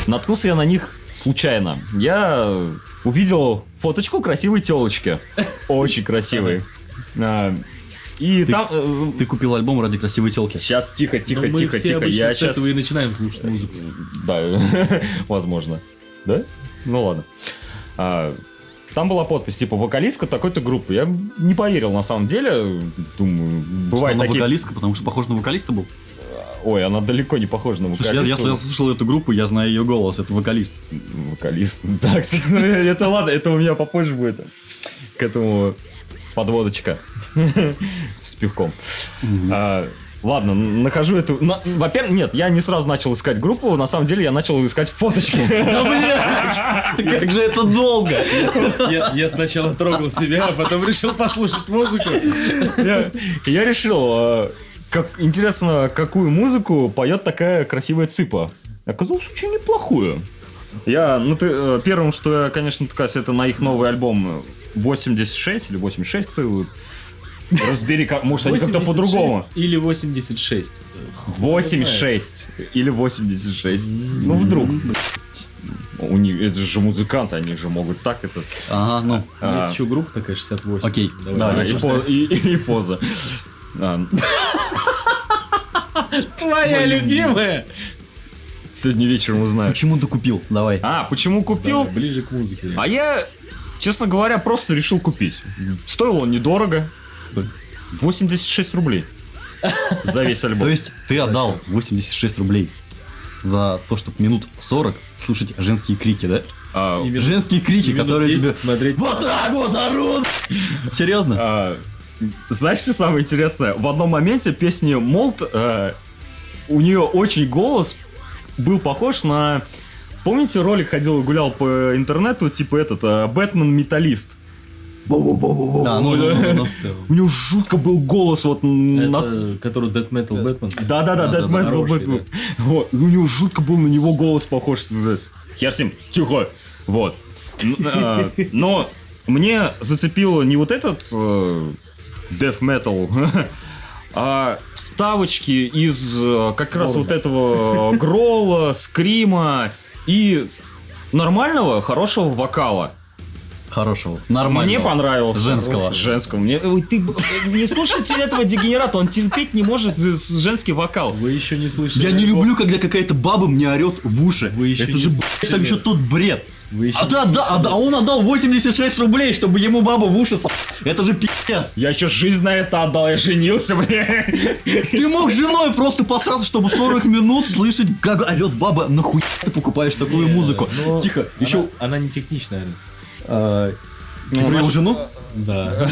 Speaker 3: Наткнулся я на них случайно. Я увидел фоточку красивой телочки. Очень красивой. А, И
Speaker 1: Ты-
Speaker 3: там... э,
Speaker 1: Ты купил альбом ради красивой телки.
Speaker 3: Сейчас, тихо,
Speaker 2: Но
Speaker 3: тихо,
Speaker 2: Ну, мы
Speaker 3: тихо,
Speaker 2: все
Speaker 3: тихо.
Speaker 2: обычно
Speaker 3: Я
Speaker 2: с
Speaker 3: сейчас...
Speaker 2: этого и начинаем слушать музыку.
Speaker 3: Да, возможно. Да? Ну ладно. А, там была подпись, типа, вокалистка такой-то группы. Я не поверил, на самом деле. Думаю, бывает
Speaker 1: она
Speaker 3: такие...
Speaker 1: вокалистка, потому что похож на вокалиста был.
Speaker 3: Ой, она далеко не похожа на
Speaker 1: Слушай, я,
Speaker 3: вокалистку.
Speaker 1: я слышал эту группу, я знаю ее голос, это вокалист.
Speaker 3: Вокалист. Так, ну, это ладно, это у меня попозже будет. К этому подводочка с пивком. А, Ладно, н- нахожу эту... на- Во-первых, нет, я не сразу начал искать группу, на самом деле я начал искать фоточки.
Speaker 1: Как же это долго!
Speaker 2: Я, я сначала трогал себя, а потом решил послушать музыку.
Speaker 3: Я, я решил, э, как, интересно, какую музыку поет такая красивая цыпа. Оказалось, очень неплохую. Я, ну ты, э, первым, что я, конечно, ткаюсь, это на их новый альбом 86 или 86, кто его... Разбери, как, может, они как-то
Speaker 2: 86
Speaker 3: по-другому.
Speaker 2: Или 86.
Speaker 3: 86 или 86. Ну, вдруг. У них, это же музыканты, они же могут так это...
Speaker 1: Ага, ну.
Speaker 3: а,
Speaker 2: Есть еще группа такая 68.
Speaker 1: Окей,
Speaker 2: Давай.
Speaker 1: да,
Speaker 3: а,
Speaker 1: я
Speaker 3: и,
Speaker 1: чувствую.
Speaker 3: по- и- и- и поза. А,
Speaker 2: Твоя любимая!
Speaker 3: Сегодня вечером узнаю.
Speaker 1: Почему ты купил? Давай.
Speaker 3: А, почему купил?
Speaker 2: Давай, ближе к музыке.
Speaker 3: А я, честно говоря, просто решил купить. Стоил он недорого. 86 рублей. За весь
Speaker 1: То
Speaker 3: альбом.
Speaker 1: есть ты отдал 86 рублей за то, чтобы минут 40 слушать женские крики, да?
Speaker 3: А,
Speaker 2: И минут-
Speaker 1: Женские крики,
Speaker 2: и минут
Speaker 1: которые
Speaker 2: 10
Speaker 1: тебе...
Speaker 2: смотреть.
Speaker 1: Вот так вот орут! Серьезно?
Speaker 3: а, Знаешь, что самое интересное? В одном моменте песни Молт, э, у нее очень голос был похож на... Помните, ролик ходил и гулял по интернету, типа этот, э, Бэтмен-металлист?
Speaker 1: Да, ну, ну, ну, ну.
Speaker 3: У него жутко был голос вот
Speaker 2: Это,
Speaker 3: на
Speaker 2: который Dead Metal Бэтмен.
Speaker 3: Да, да, да,
Speaker 1: Да, да,
Speaker 3: Dead Metal
Speaker 2: хороший,
Speaker 3: Batman. Вот. И У него жутко был на него голос похож. Хер с ним, тихо. Вот. Н- а, Но мне зацепило не вот этот э, death metal, а ставочки из э, как раз
Speaker 2: Гроула.
Speaker 3: вот этого э, грола, скрима и нормального, хорошего вокала.
Speaker 1: Хорошего. Нормально.
Speaker 3: Мне понравилось.
Speaker 1: Женского.
Speaker 3: Женского. Мне... Ой, ты б- не слушайте этого дегенерата, он терпеть не может э, с- женский вокал.
Speaker 2: Вы еще не слышали.
Speaker 1: Я не люблю, когда какая-то баба мне орет в уши.
Speaker 2: Вы еще
Speaker 1: это
Speaker 2: не
Speaker 1: же,
Speaker 2: слышали.
Speaker 1: блядь, это еще тот бред.
Speaker 2: Вы еще
Speaker 1: А, ты отда- а- а он отдал 86 рублей, чтобы ему баба в уши со... Это же пи***ц.
Speaker 3: Я еще жизнь на это отдал, я женился, бля.
Speaker 1: Ты мог с женой просто посраться, чтобы 40 минут слышать, как орет баба. Нахуй ты покупаешь такую
Speaker 2: Не,
Speaker 1: музыку?
Speaker 2: Э, но
Speaker 1: Тихо,
Speaker 2: она-
Speaker 1: еще...
Speaker 2: Она не техничная.
Speaker 1: а, Ты
Speaker 3: Ну,
Speaker 1: про его
Speaker 3: наш-
Speaker 1: жену?
Speaker 2: Да.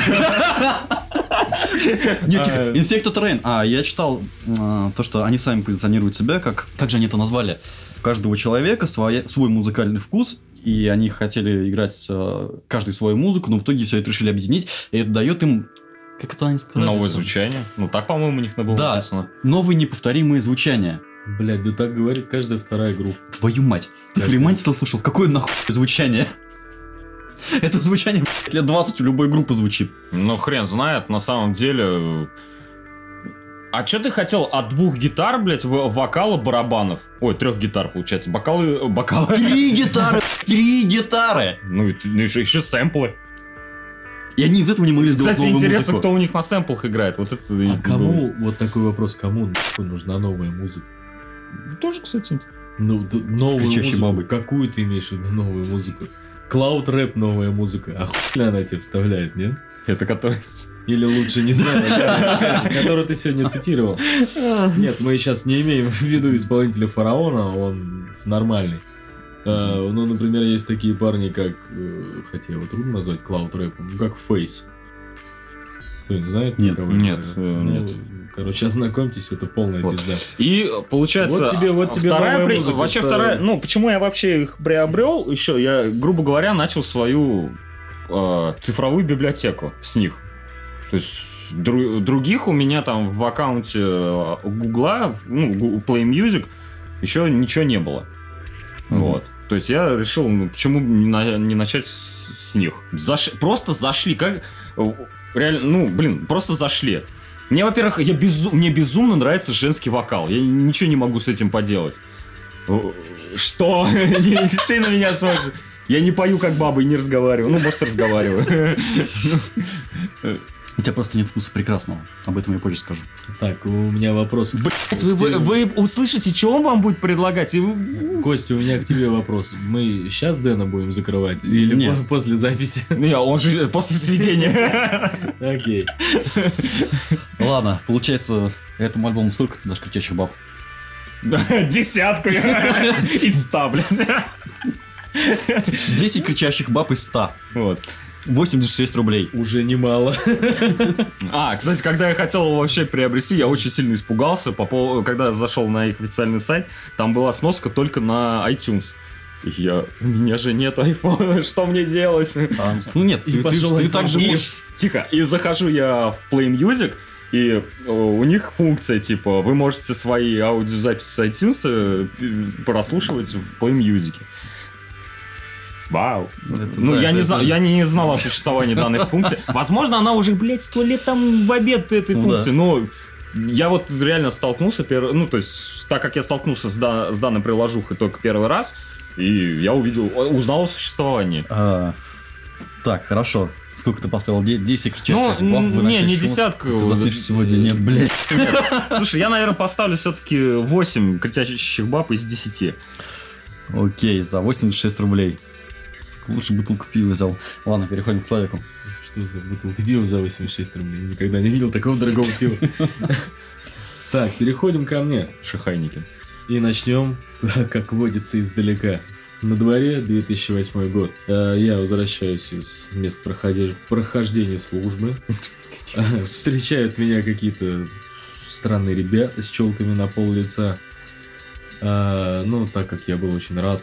Speaker 1: Не, тихо. Infected Rain. А, я читал а, то, что они сами позиционируют себя как... Как же они это назвали? У каждого человека своя- свой музыкальный вкус, и они хотели играть а, каждый свою музыку, но в итоге все это решили объединить, и это дает им... Как это они сказали?
Speaker 3: Новое звучание. Ну так, по-моему, у них на было
Speaker 1: Да.
Speaker 3: написано.
Speaker 1: Новые неповторимые звучания.
Speaker 2: Блять, да так говорит каждая вторая группа.
Speaker 1: Твою мать, ты
Speaker 2: Как
Speaker 1: Клемантиса слушал? Какое нахуй звучание? Это звучание блядь, лет 20 у любой группы звучит.
Speaker 3: Ну, хрен знает, на самом деле... А что ты хотел от двух гитар, блядь, в- вокала, барабанов? Ой, трех гитар, получается. Бокалы... Бокалы...
Speaker 1: Три гитары, блядь, три гитары!
Speaker 3: Ну, и, ты- ну, еще, еще сэмплы.
Speaker 1: И они из этого не могли сделать
Speaker 3: Кстати,
Speaker 1: новую
Speaker 3: интересно,
Speaker 1: музыку.
Speaker 3: кто у них на сэмплах играет. Вот это... и
Speaker 2: А кому,
Speaker 3: думается.
Speaker 2: вот такой вопрос, кому нахуй нужна новая музыка?
Speaker 3: Ну, Тоже, кстати, интересно.
Speaker 2: Ну, д- новую
Speaker 1: кричащей
Speaker 2: музыку,
Speaker 1: бабой.
Speaker 2: какую ты имеешь в виду новую музыку? Клауд рэп новая музыка, а хуй ли она тебе вставляет, нет?
Speaker 3: Это который...
Speaker 2: Или лучше не знаю, который- который ты сегодня цитировал. Нет, мы сейчас не имеем в виду исполнителя фараона, он нормальный. Э, Ну, например, есть такие парни, как, э, хотя его трудно назвать клауд рэпом, ну, как Фейс. Кто-нибудь знает?
Speaker 1: Нет,
Speaker 2: такого?
Speaker 3: нет, э,
Speaker 2: Ну,
Speaker 3: нет.
Speaker 2: Короче, ознакомьтесь, это полная
Speaker 3: Вот.
Speaker 2: пизда.
Speaker 3: И получается,
Speaker 2: Вот тебе- вот тебе
Speaker 3: вторая
Speaker 2: новая
Speaker 3: при-
Speaker 2: музыка,
Speaker 3: вообще
Speaker 2: вторая.
Speaker 3: вторая, ну почему я вообще их приобрел? Еще я, грубо говоря, начал свою э, цифровую библиотеку с них. То есть дру- других у меня там в аккаунте э, Гугла, ну Гу- Play Music еще ничего не было.
Speaker 1: Мгм.
Speaker 3: Вот. То есть я решил, ну, почему не, на- не начать с, с них? Заш- просто зашли, как э, реально, ну блин, просто зашли. Мне, во-первых, я безу- мне безумно нравится женский вокал. Я ничего не могу с этим поделать. О, Что? Ты на меня смотришь. Я не пою как баба и не разговариваю. Ну, может, разговариваю.
Speaker 1: У тебя просто нет вкуса прекрасного. Об этом я позже скажу.
Speaker 2: Так, у меня вопрос.
Speaker 3: Блять, вы, вы- вы услышите, что он вам будет предлагать? И вы-
Speaker 2: Костя, у меня к тебе вопрос. Мы сейчас Дэна будем закрывать или
Speaker 1: Нет.
Speaker 2: по- после записи?
Speaker 3: Ну, я, он же после сведения.
Speaker 2: Окей.
Speaker 1: Ладно, получается, этому альбому сколько ты дашь кричащих баб?
Speaker 3: Десятку. И ста, блин.
Speaker 1: 10 кричащих баб из 100.
Speaker 3: Вот.
Speaker 1: 86 рублей.
Speaker 2: Уже немало.
Speaker 3: А, кстати, когда я хотел его вообще приобрести, я очень сильно испугался, по пов- когда зашел на их официальный сайт, там была сноска только на iTunes. И я, у меня же нет айфона, что мне делать?
Speaker 1: А, ну нет,
Speaker 2: И
Speaker 1: ты, ты-
Speaker 2: пошел
Speaker 1: ты
Speaker 2: iPhone.
Speaker 1: также
Speaker 2: И-
Speaker 1: можешь...
Speaker 3: Тихо, и захожу я в Play Music, и э, у них функция, типа, вы можете свои аудиозаписи с iTunes э, п- прослушивать в Play Music. Вау.
Speaker 1: Это
Speaker 3: ну,
Speaker 1: да,
Speaker 3: я,
Speaker 1: это-
Speaker 3: не знал,
Speaker 1: это-
Speaker 3: я не знал о существовании данной функции. Возможно, она уже, блядь, сто лет там в обед этой
Speaker 1: Ну да.
Speaker 3: функции, но я вот реально столкнулся, пер- ну, то есть, так как я столкнулся с, да- с данной приложухой только первый раз, и я увидел, о- узнал о существовании.
Speaker 1: А, так, хорошо. Сколько ты поставил? Де- 10 кричащих
Speaker 3: Ну,
Speaker 1: баб? вы
Speaker 3: не, не
Speaker 1: начнёшь с-
Speaker 3: десятку.
Speaker 1: Ты запишешь сегодня, нет, блядь.
Speaker 3: Слушай, я, наверное, поставлю все-таки 8 кричащих баб из 10.
Speaker 1: Окей, за 86 рублей. Ск- Лучше бутылку пива взял. Ладно, переходим к Славику.
Speaker 2: Что за бутылка пива за 86 рублей? Я Никогда не видел такого дорогого пива. Так, переходим ко мне.
Speaker 3: Шахайники.
Speaker 2: И начнем, как водится, издалека. На дворе 2008 год. Э, Я возвращаюсь из мест проходи- прохождения службы. Э, Встречают меня какие-то странные ребята с челками на пол лица. Э, Ну, так как я был очень рад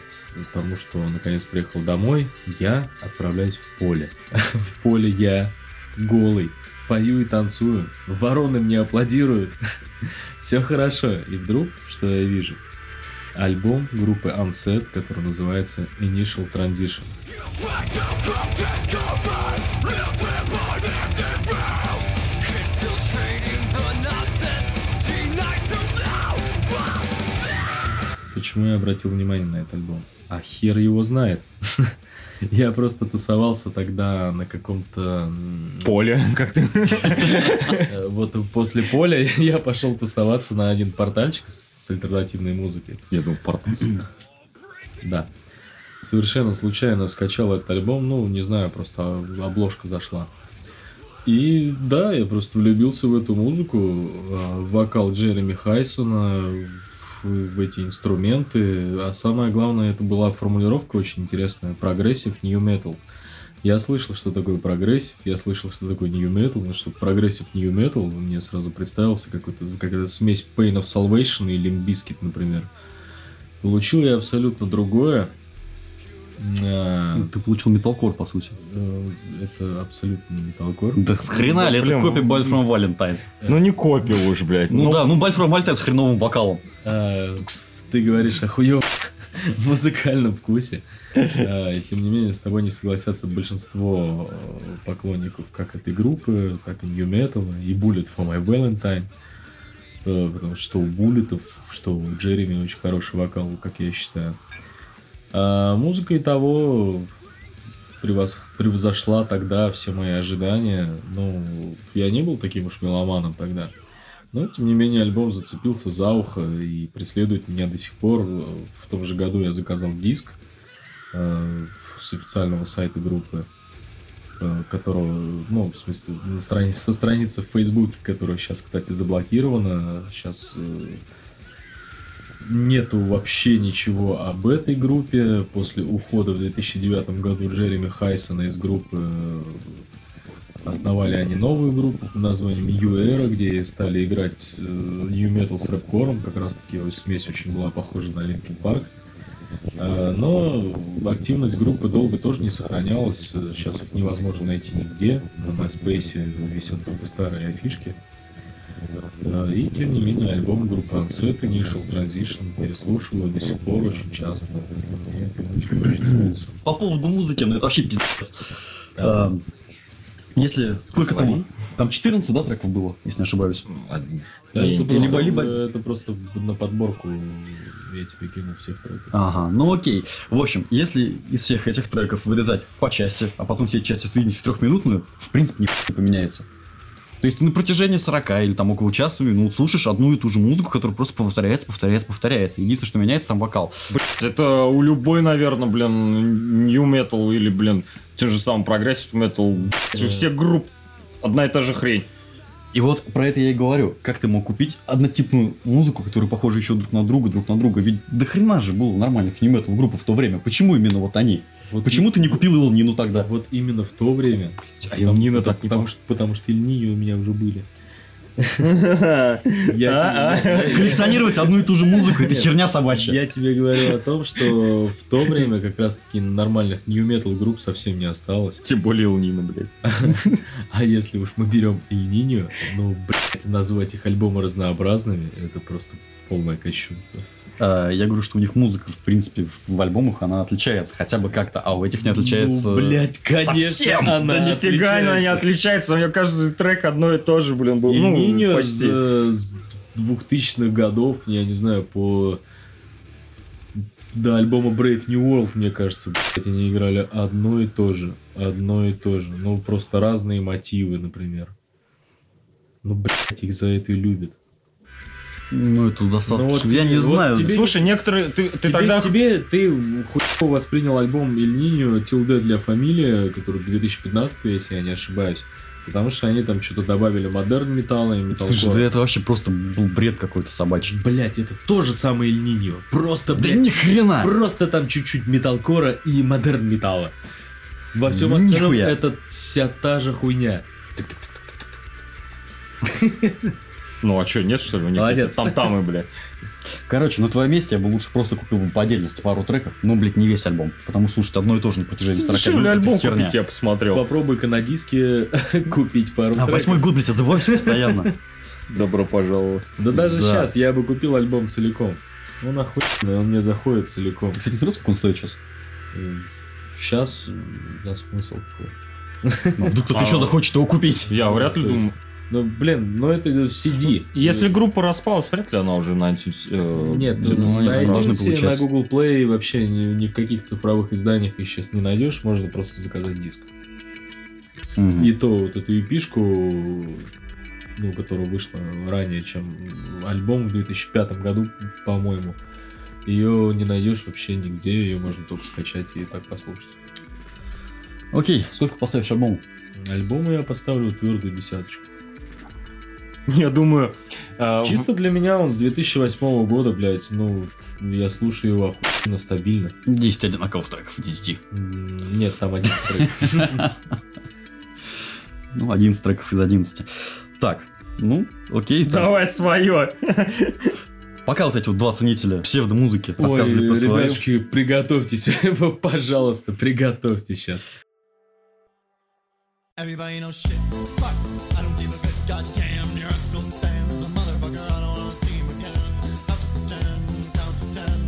Speaker 2: тому, что наконец приехал домой, я отправляюсь в поле. В поле я голый. Пою и танцую. Вороны мне аплодируют. Все хорошо. И вдруг, что я вижу? Альбом группы Unset, который называется Initial Transition. Почему я обратил внимание на этот альбом? А хер его знает. Я просто тусовался тогда на каком-то... м,
Speaker 3: Поле, как ты.
Speaker 2: Э, Вот после поля я пошел тусоваться на один портальчик с с альтернативной музыкой.
Speaker 3: Я думал, партнерс.
Speaker 2: Да. Совершенно случайно скачал этот альбом, ну, не знаю, просто обложка зашла. И да, я просто влюбился в эту музыку, э, в вокал Джереми Хайсона, в, в эти инструменты. А самое главное, это была формулировка очень интересная, прогрессив нью metal. Я слышал, что такое прогрессив, я слышал, что такое нью metal, но что прогрессив нью metal мне сразу представился какой-то, какая-то смесь Pain of Salvation и Limp Bizkit, например. Получил я абсолютно другое. А,
Speaker 1: Ты получил металкор, по сути.
Speaker 2: э, Это абсолютно не металкор.
Speaker 1: Да с хрена ли, это
Speaker 3: блин,
Speaker 1: копия
Speaker 3: ну,
Speaker 1: Бальфром Валентайн.
Speaker 3: Ну не копи уж, блядь.
Speaker 1: Ну да, ну Бальфром Валентайн с хреновым вокалом.
Speaker 2: А, Ты говоришь о хуёвом музыкальном вкусе. А, и Тем не менее, с тобой не согласятся большинство э, поклонников как этой группы, так и New Metal, и Bullet for My Valentine. Э, Потому что у Буллетов, что у Джереми очень хороший вокал, как я считаю. А музыка и того превос- превзошла тогда все мои ожидания. Ну, я не был таким уж меломаном тогда. Но, тем не менее, альбом зацепился за ухо и преследует меня до сих пор. В том же году я заказал диск э, с официального сайта группы, э, которого, ну, в смысле, на страни- со страницы в Фейсбуке, которая сейчас, кстати, заблокирована. Сейчас э, нету вообще ничего об этой группе. После ухода в 2009 году Джереми Хайсона из группы э, основали они новую группу под названием New Era, где стали играть э, New Metal с рэпкором. Как раз таки его смесь очень была похожа на Linkin Park. Э, Но активность группы долго тоже не сохранялась. Э, Сейчас их невозможно найти нигде. На MySpace висят только старые афишки. Э, И тем не менее альбом группы Unset Initial Transition переслушиваю до сих пор очень часто. Мне очень, очень нравится.
Speaker 1: По поводу музыки, ну это вообще пиздец. А, Если... Сколько там?
Speaker 3: Позвони.
Speaker 1: Там 14, да, треков было, если не ошибаюсь?
Speaker 2: Да,
Speaker 3: Я
Speaker 2: это,
Speaker 3: не
Speaker 2: просто,
Speaker 1: либо- либо-
Speaker 2: это просто на подборку я тебе кину всех треков.
Speaker 1: Ага, ну окей. В общем, если из всех этих треков вырезать по части, а потом все части соединить в трехминутную, в принципе, нихуя не поменяется. То есть ты на протяжении 40 или там около часа минут слушаешь одну и ту же музыку, которая просто повторяется, повторяется, повторяется. Единственное, что меняется, там вокал.
Speaker 3: Блядь, это у любой, наверное, блин, New Metal или, блин, те же самые Progressive Metal. блядь, У всех групп одна и та же хрень.
Speaker 1: И вот про это я и говорю. Как ты мог купить однотипную музыку, которая похожа еще друг на друга, друг на друга? Ведь до хрена же было нормальных неметал групп в то время. Почему именно вот они?
Speaker 2: Вот
Speaker 1: Почему ты не купил Илнину тогда?
Speaker 2: Вот именно в то время.
Speaker 3: А
Speaker 2: Потому-
Speaker 3: Илнина
Speaker 2: потому-
Speaker 3: так не
Speaker 2: потому,
Speaker 3: пох-
Speaker 2: что, потому что Ильнини у меня уже были.
Speaker 3: А,
Speaker 2: тебе-
Speaker 3: а.
Speaker 2: я- я-
Speaker 1: Коллекционировать одну и ту же музыку, это
Speaker 2: Нет.
Speaker 1: херня собачья.
Speaker 2: Я тебе говорю о том, что в то время как раз-таки нормальных New Metal групп совсем не осталось.
Speaker 3: Тем более Илнина, блядь.
Speaker 2: А если уж мы берем Ильниню, ну, блядь, назвать их альбомы разнообразными, это просто полное кощунство.
Speaker 1: А, Я говорю, что у них музыка, в принципе, в- в альбомах она отличается хотя бы как-то, а у этих не отличается.
Speaker 2: Ну, блядь, конечно,
Speaker 1: совсем.
Speaker 2: она
Speaker 3: Да нифига она не
Speaker 2: отличается.
Speaker 3: отличается, у нее каждый трек одно и то же, блин, был.
Speaker 2: Ильниньо с,
Speaker 3: Ну, почти.
Speaker 2: э, с 2000-х годов, я не знаю, по... До альбома Brave New World, мне кажется, блядь, они играли одно и то же. Одно и то же. Ну, просто разные мотивы, например. Ну, блядь, их за это и любят.
Speaker 1: Ну, это достаточно.
Speaker 2: Ну, вот
Speaker 1: я
Speaker 2: тебе-
Speaker 1: не
Speaker 2: вот
Speaker 1: знаю.
Speaker 2: тебе-
Speaker 3: Слушай, некоторые... Ты, ты
Speaker 2: тебе,
Speaker 3: тогда...
Speaker 2: тебе- ты хуйко воспринял альбом Ильниньо Тилде для фамилии, который 2015, если я не ошибаюсь. Потому что они там что-то добавили модерн металла и металл.
Speaker 1: Слушай, да это вообще просто был бред какой-то собачий.
Speaker 2: Блять, это то же самое Эль-Ниньо. Просто,
Speaker 1: Да
Speaker 2: блядь,
Speaker 1: ни хрена!
Speaker 2: просто там чуть-чуть металкора и модерн металла. Во всем остальном
Speaker 1: Нихуя.
Speaker 2: это вся та же хуйня.
Speaker 3: Ну, а что, нет, что ли? у них
Speaker 2: Молодец.
Speaker 3: эти Там-тамы, блядь.
Speaker 1: Короче, на твоем месте я бы лучше просто купил бы по отдельности пару треков, но, блядь, не весь альбом. Потому что слушать одно и то же на протяжении 40 минут.
Speaker 3: Дешевле
Speaker 1: это
Speaker 3: альбом
Speaker 1: херня.
Speaker 3: купить, я посмотрел.
Speaker 2: Попробуй-ка на диске купить пару
Speaker 1: А
Speaker 2: треков.
Speaker 1: восьмой год, блядь, я забываюсь постоянно.
Speaker 3: Добро пожаловать.
Speaker 2: Да даже
Speaker 1: Да.
Speaker 2: сейчас я бы купил альбом целиком. Он охуенный, он мне заходит целиком.
Speaker 1: Кстати, интересно, сколько он стоит сейчас?
Speaker 2: Сейчас, да, смысл какой.
Speaker 1: Ну, вдруг кто-то еще
Speaker 3: А.
Speaker 1: захочет его купить.
Speaker 3: Я вряд ли
Speaker 2: То есть,
Speaker 3: думаю.
Speaker 2: Ну, блин, ну это в CD.
Speaker 3: Если
Speaker 2: Ну,
Speaker 3: группа распалась, вряд ли она уже на iTunes, э,
Speaker 2: Нет,
Speaker 3: где-то
Speaker 1: ну,
Speaker 2: на
Speaker 1: они там
Speaker 3: возможно.
Speaker 1: должны
Speaker 2: iTunes, на
Speaker 1: получаться.
Speaker 2: Google Play вообще ни, ни в каких цифровых изданиях их сейчас не найдешь, можно просто заказать диск.
Speaker 1: Мгм.
Speaker 2: И то вот эту EP-шку, ну, которая вышла ранее, чем альбом в 2005 году, по-моему, ее не найдешь вообще нигде, ее можно только скачать и так послушать.
Speaker 1: Окей, сколько поставишь альбому?
Speaker 2: Альбому я поставлю твердую десяточку.
Speaker 3: Я думаю, э,
Speaker 2: Чисто для меня А он с 2008 года, блядь, ну, я слушаю его охуенно стабильно.
Speaker 1: 10 одинаковых треков, 10.
Speaker 2: М, Нет, там один трек.
Speaker 1: Ну, 11 треков из 11. Так, ну, окей.
Speaker 3: в-
Speaker 1: так.
Speaker 3: давай свое.
Speaker 1: Пока вот эти вот два ценителя псевдомузыки отказывали
Speaker 2: Ой,
Speaker 1: про свою.
Speaker 2: ребятушки, приготовьтесь, пожалуйста, приготовьтесь сейчас.
Speaker 5: Everybody knows shit's fuck. I don't give a good goddamn. Your Uncle Sam is a motherfucker. I don't wanna see him again. Out to ten, down to ten.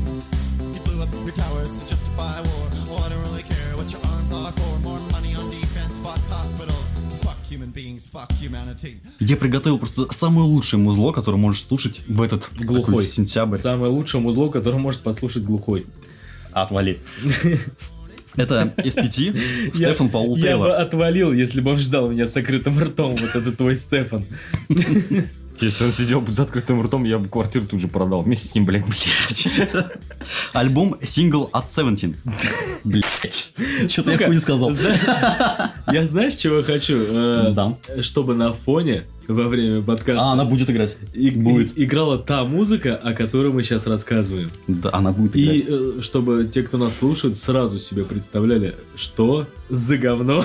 Speaker 5: He blew up your towers to justify war. Oh, I don't really care what your arms are for. More money on defense. Fuck hospitals. Fuck human beings. Fuck humanity.
Speaker 1: Я приготовил просто самое лучшее музло, которое можешь слушать в этот
Speaker 2: Глухой.
Speaker 1: такой сентябрь.
Speaker 2: Самое лучшее музло, которое может послушать глухой.
Speaker 1: Отвали. Это SPT Стефан Паул
Speaker 2: Я бы
Speaker 1: Тейлор.
Speaker 2: отвалил, если бы он ждал меня с закрытым ртом, вот это твой Стефан.
Speaker 3: Если он сидел бы с открытым ртом, я бы квартиру тут же продал. Вместе с ним, блядь, блядь.
Speaker 1: Альбом сингл от 17. Блять. Что-то я
Speaker 2: Сука,
Speaker 1: хуй сказал.
Speaker 2: зна- Я знаешь, чего хочу? Э,
Speaker 1: Да.
Speaker 2: Чтобы на фоне во время
Speaker 1: А,
Speaker 2: подкаста
Speaker 1: она будет играть.
Speaker 2: и-
Speaker 1: будет.
Speaker 2: и- играла та музыка, о которой мы сейчас рассказываем.
Speaker 1: Да, она будет
Speaker 2: И
Speaker 1: играть.
Speaker 2: э, чтобы те, кто нас слушает, сразу себе представляли, что за говно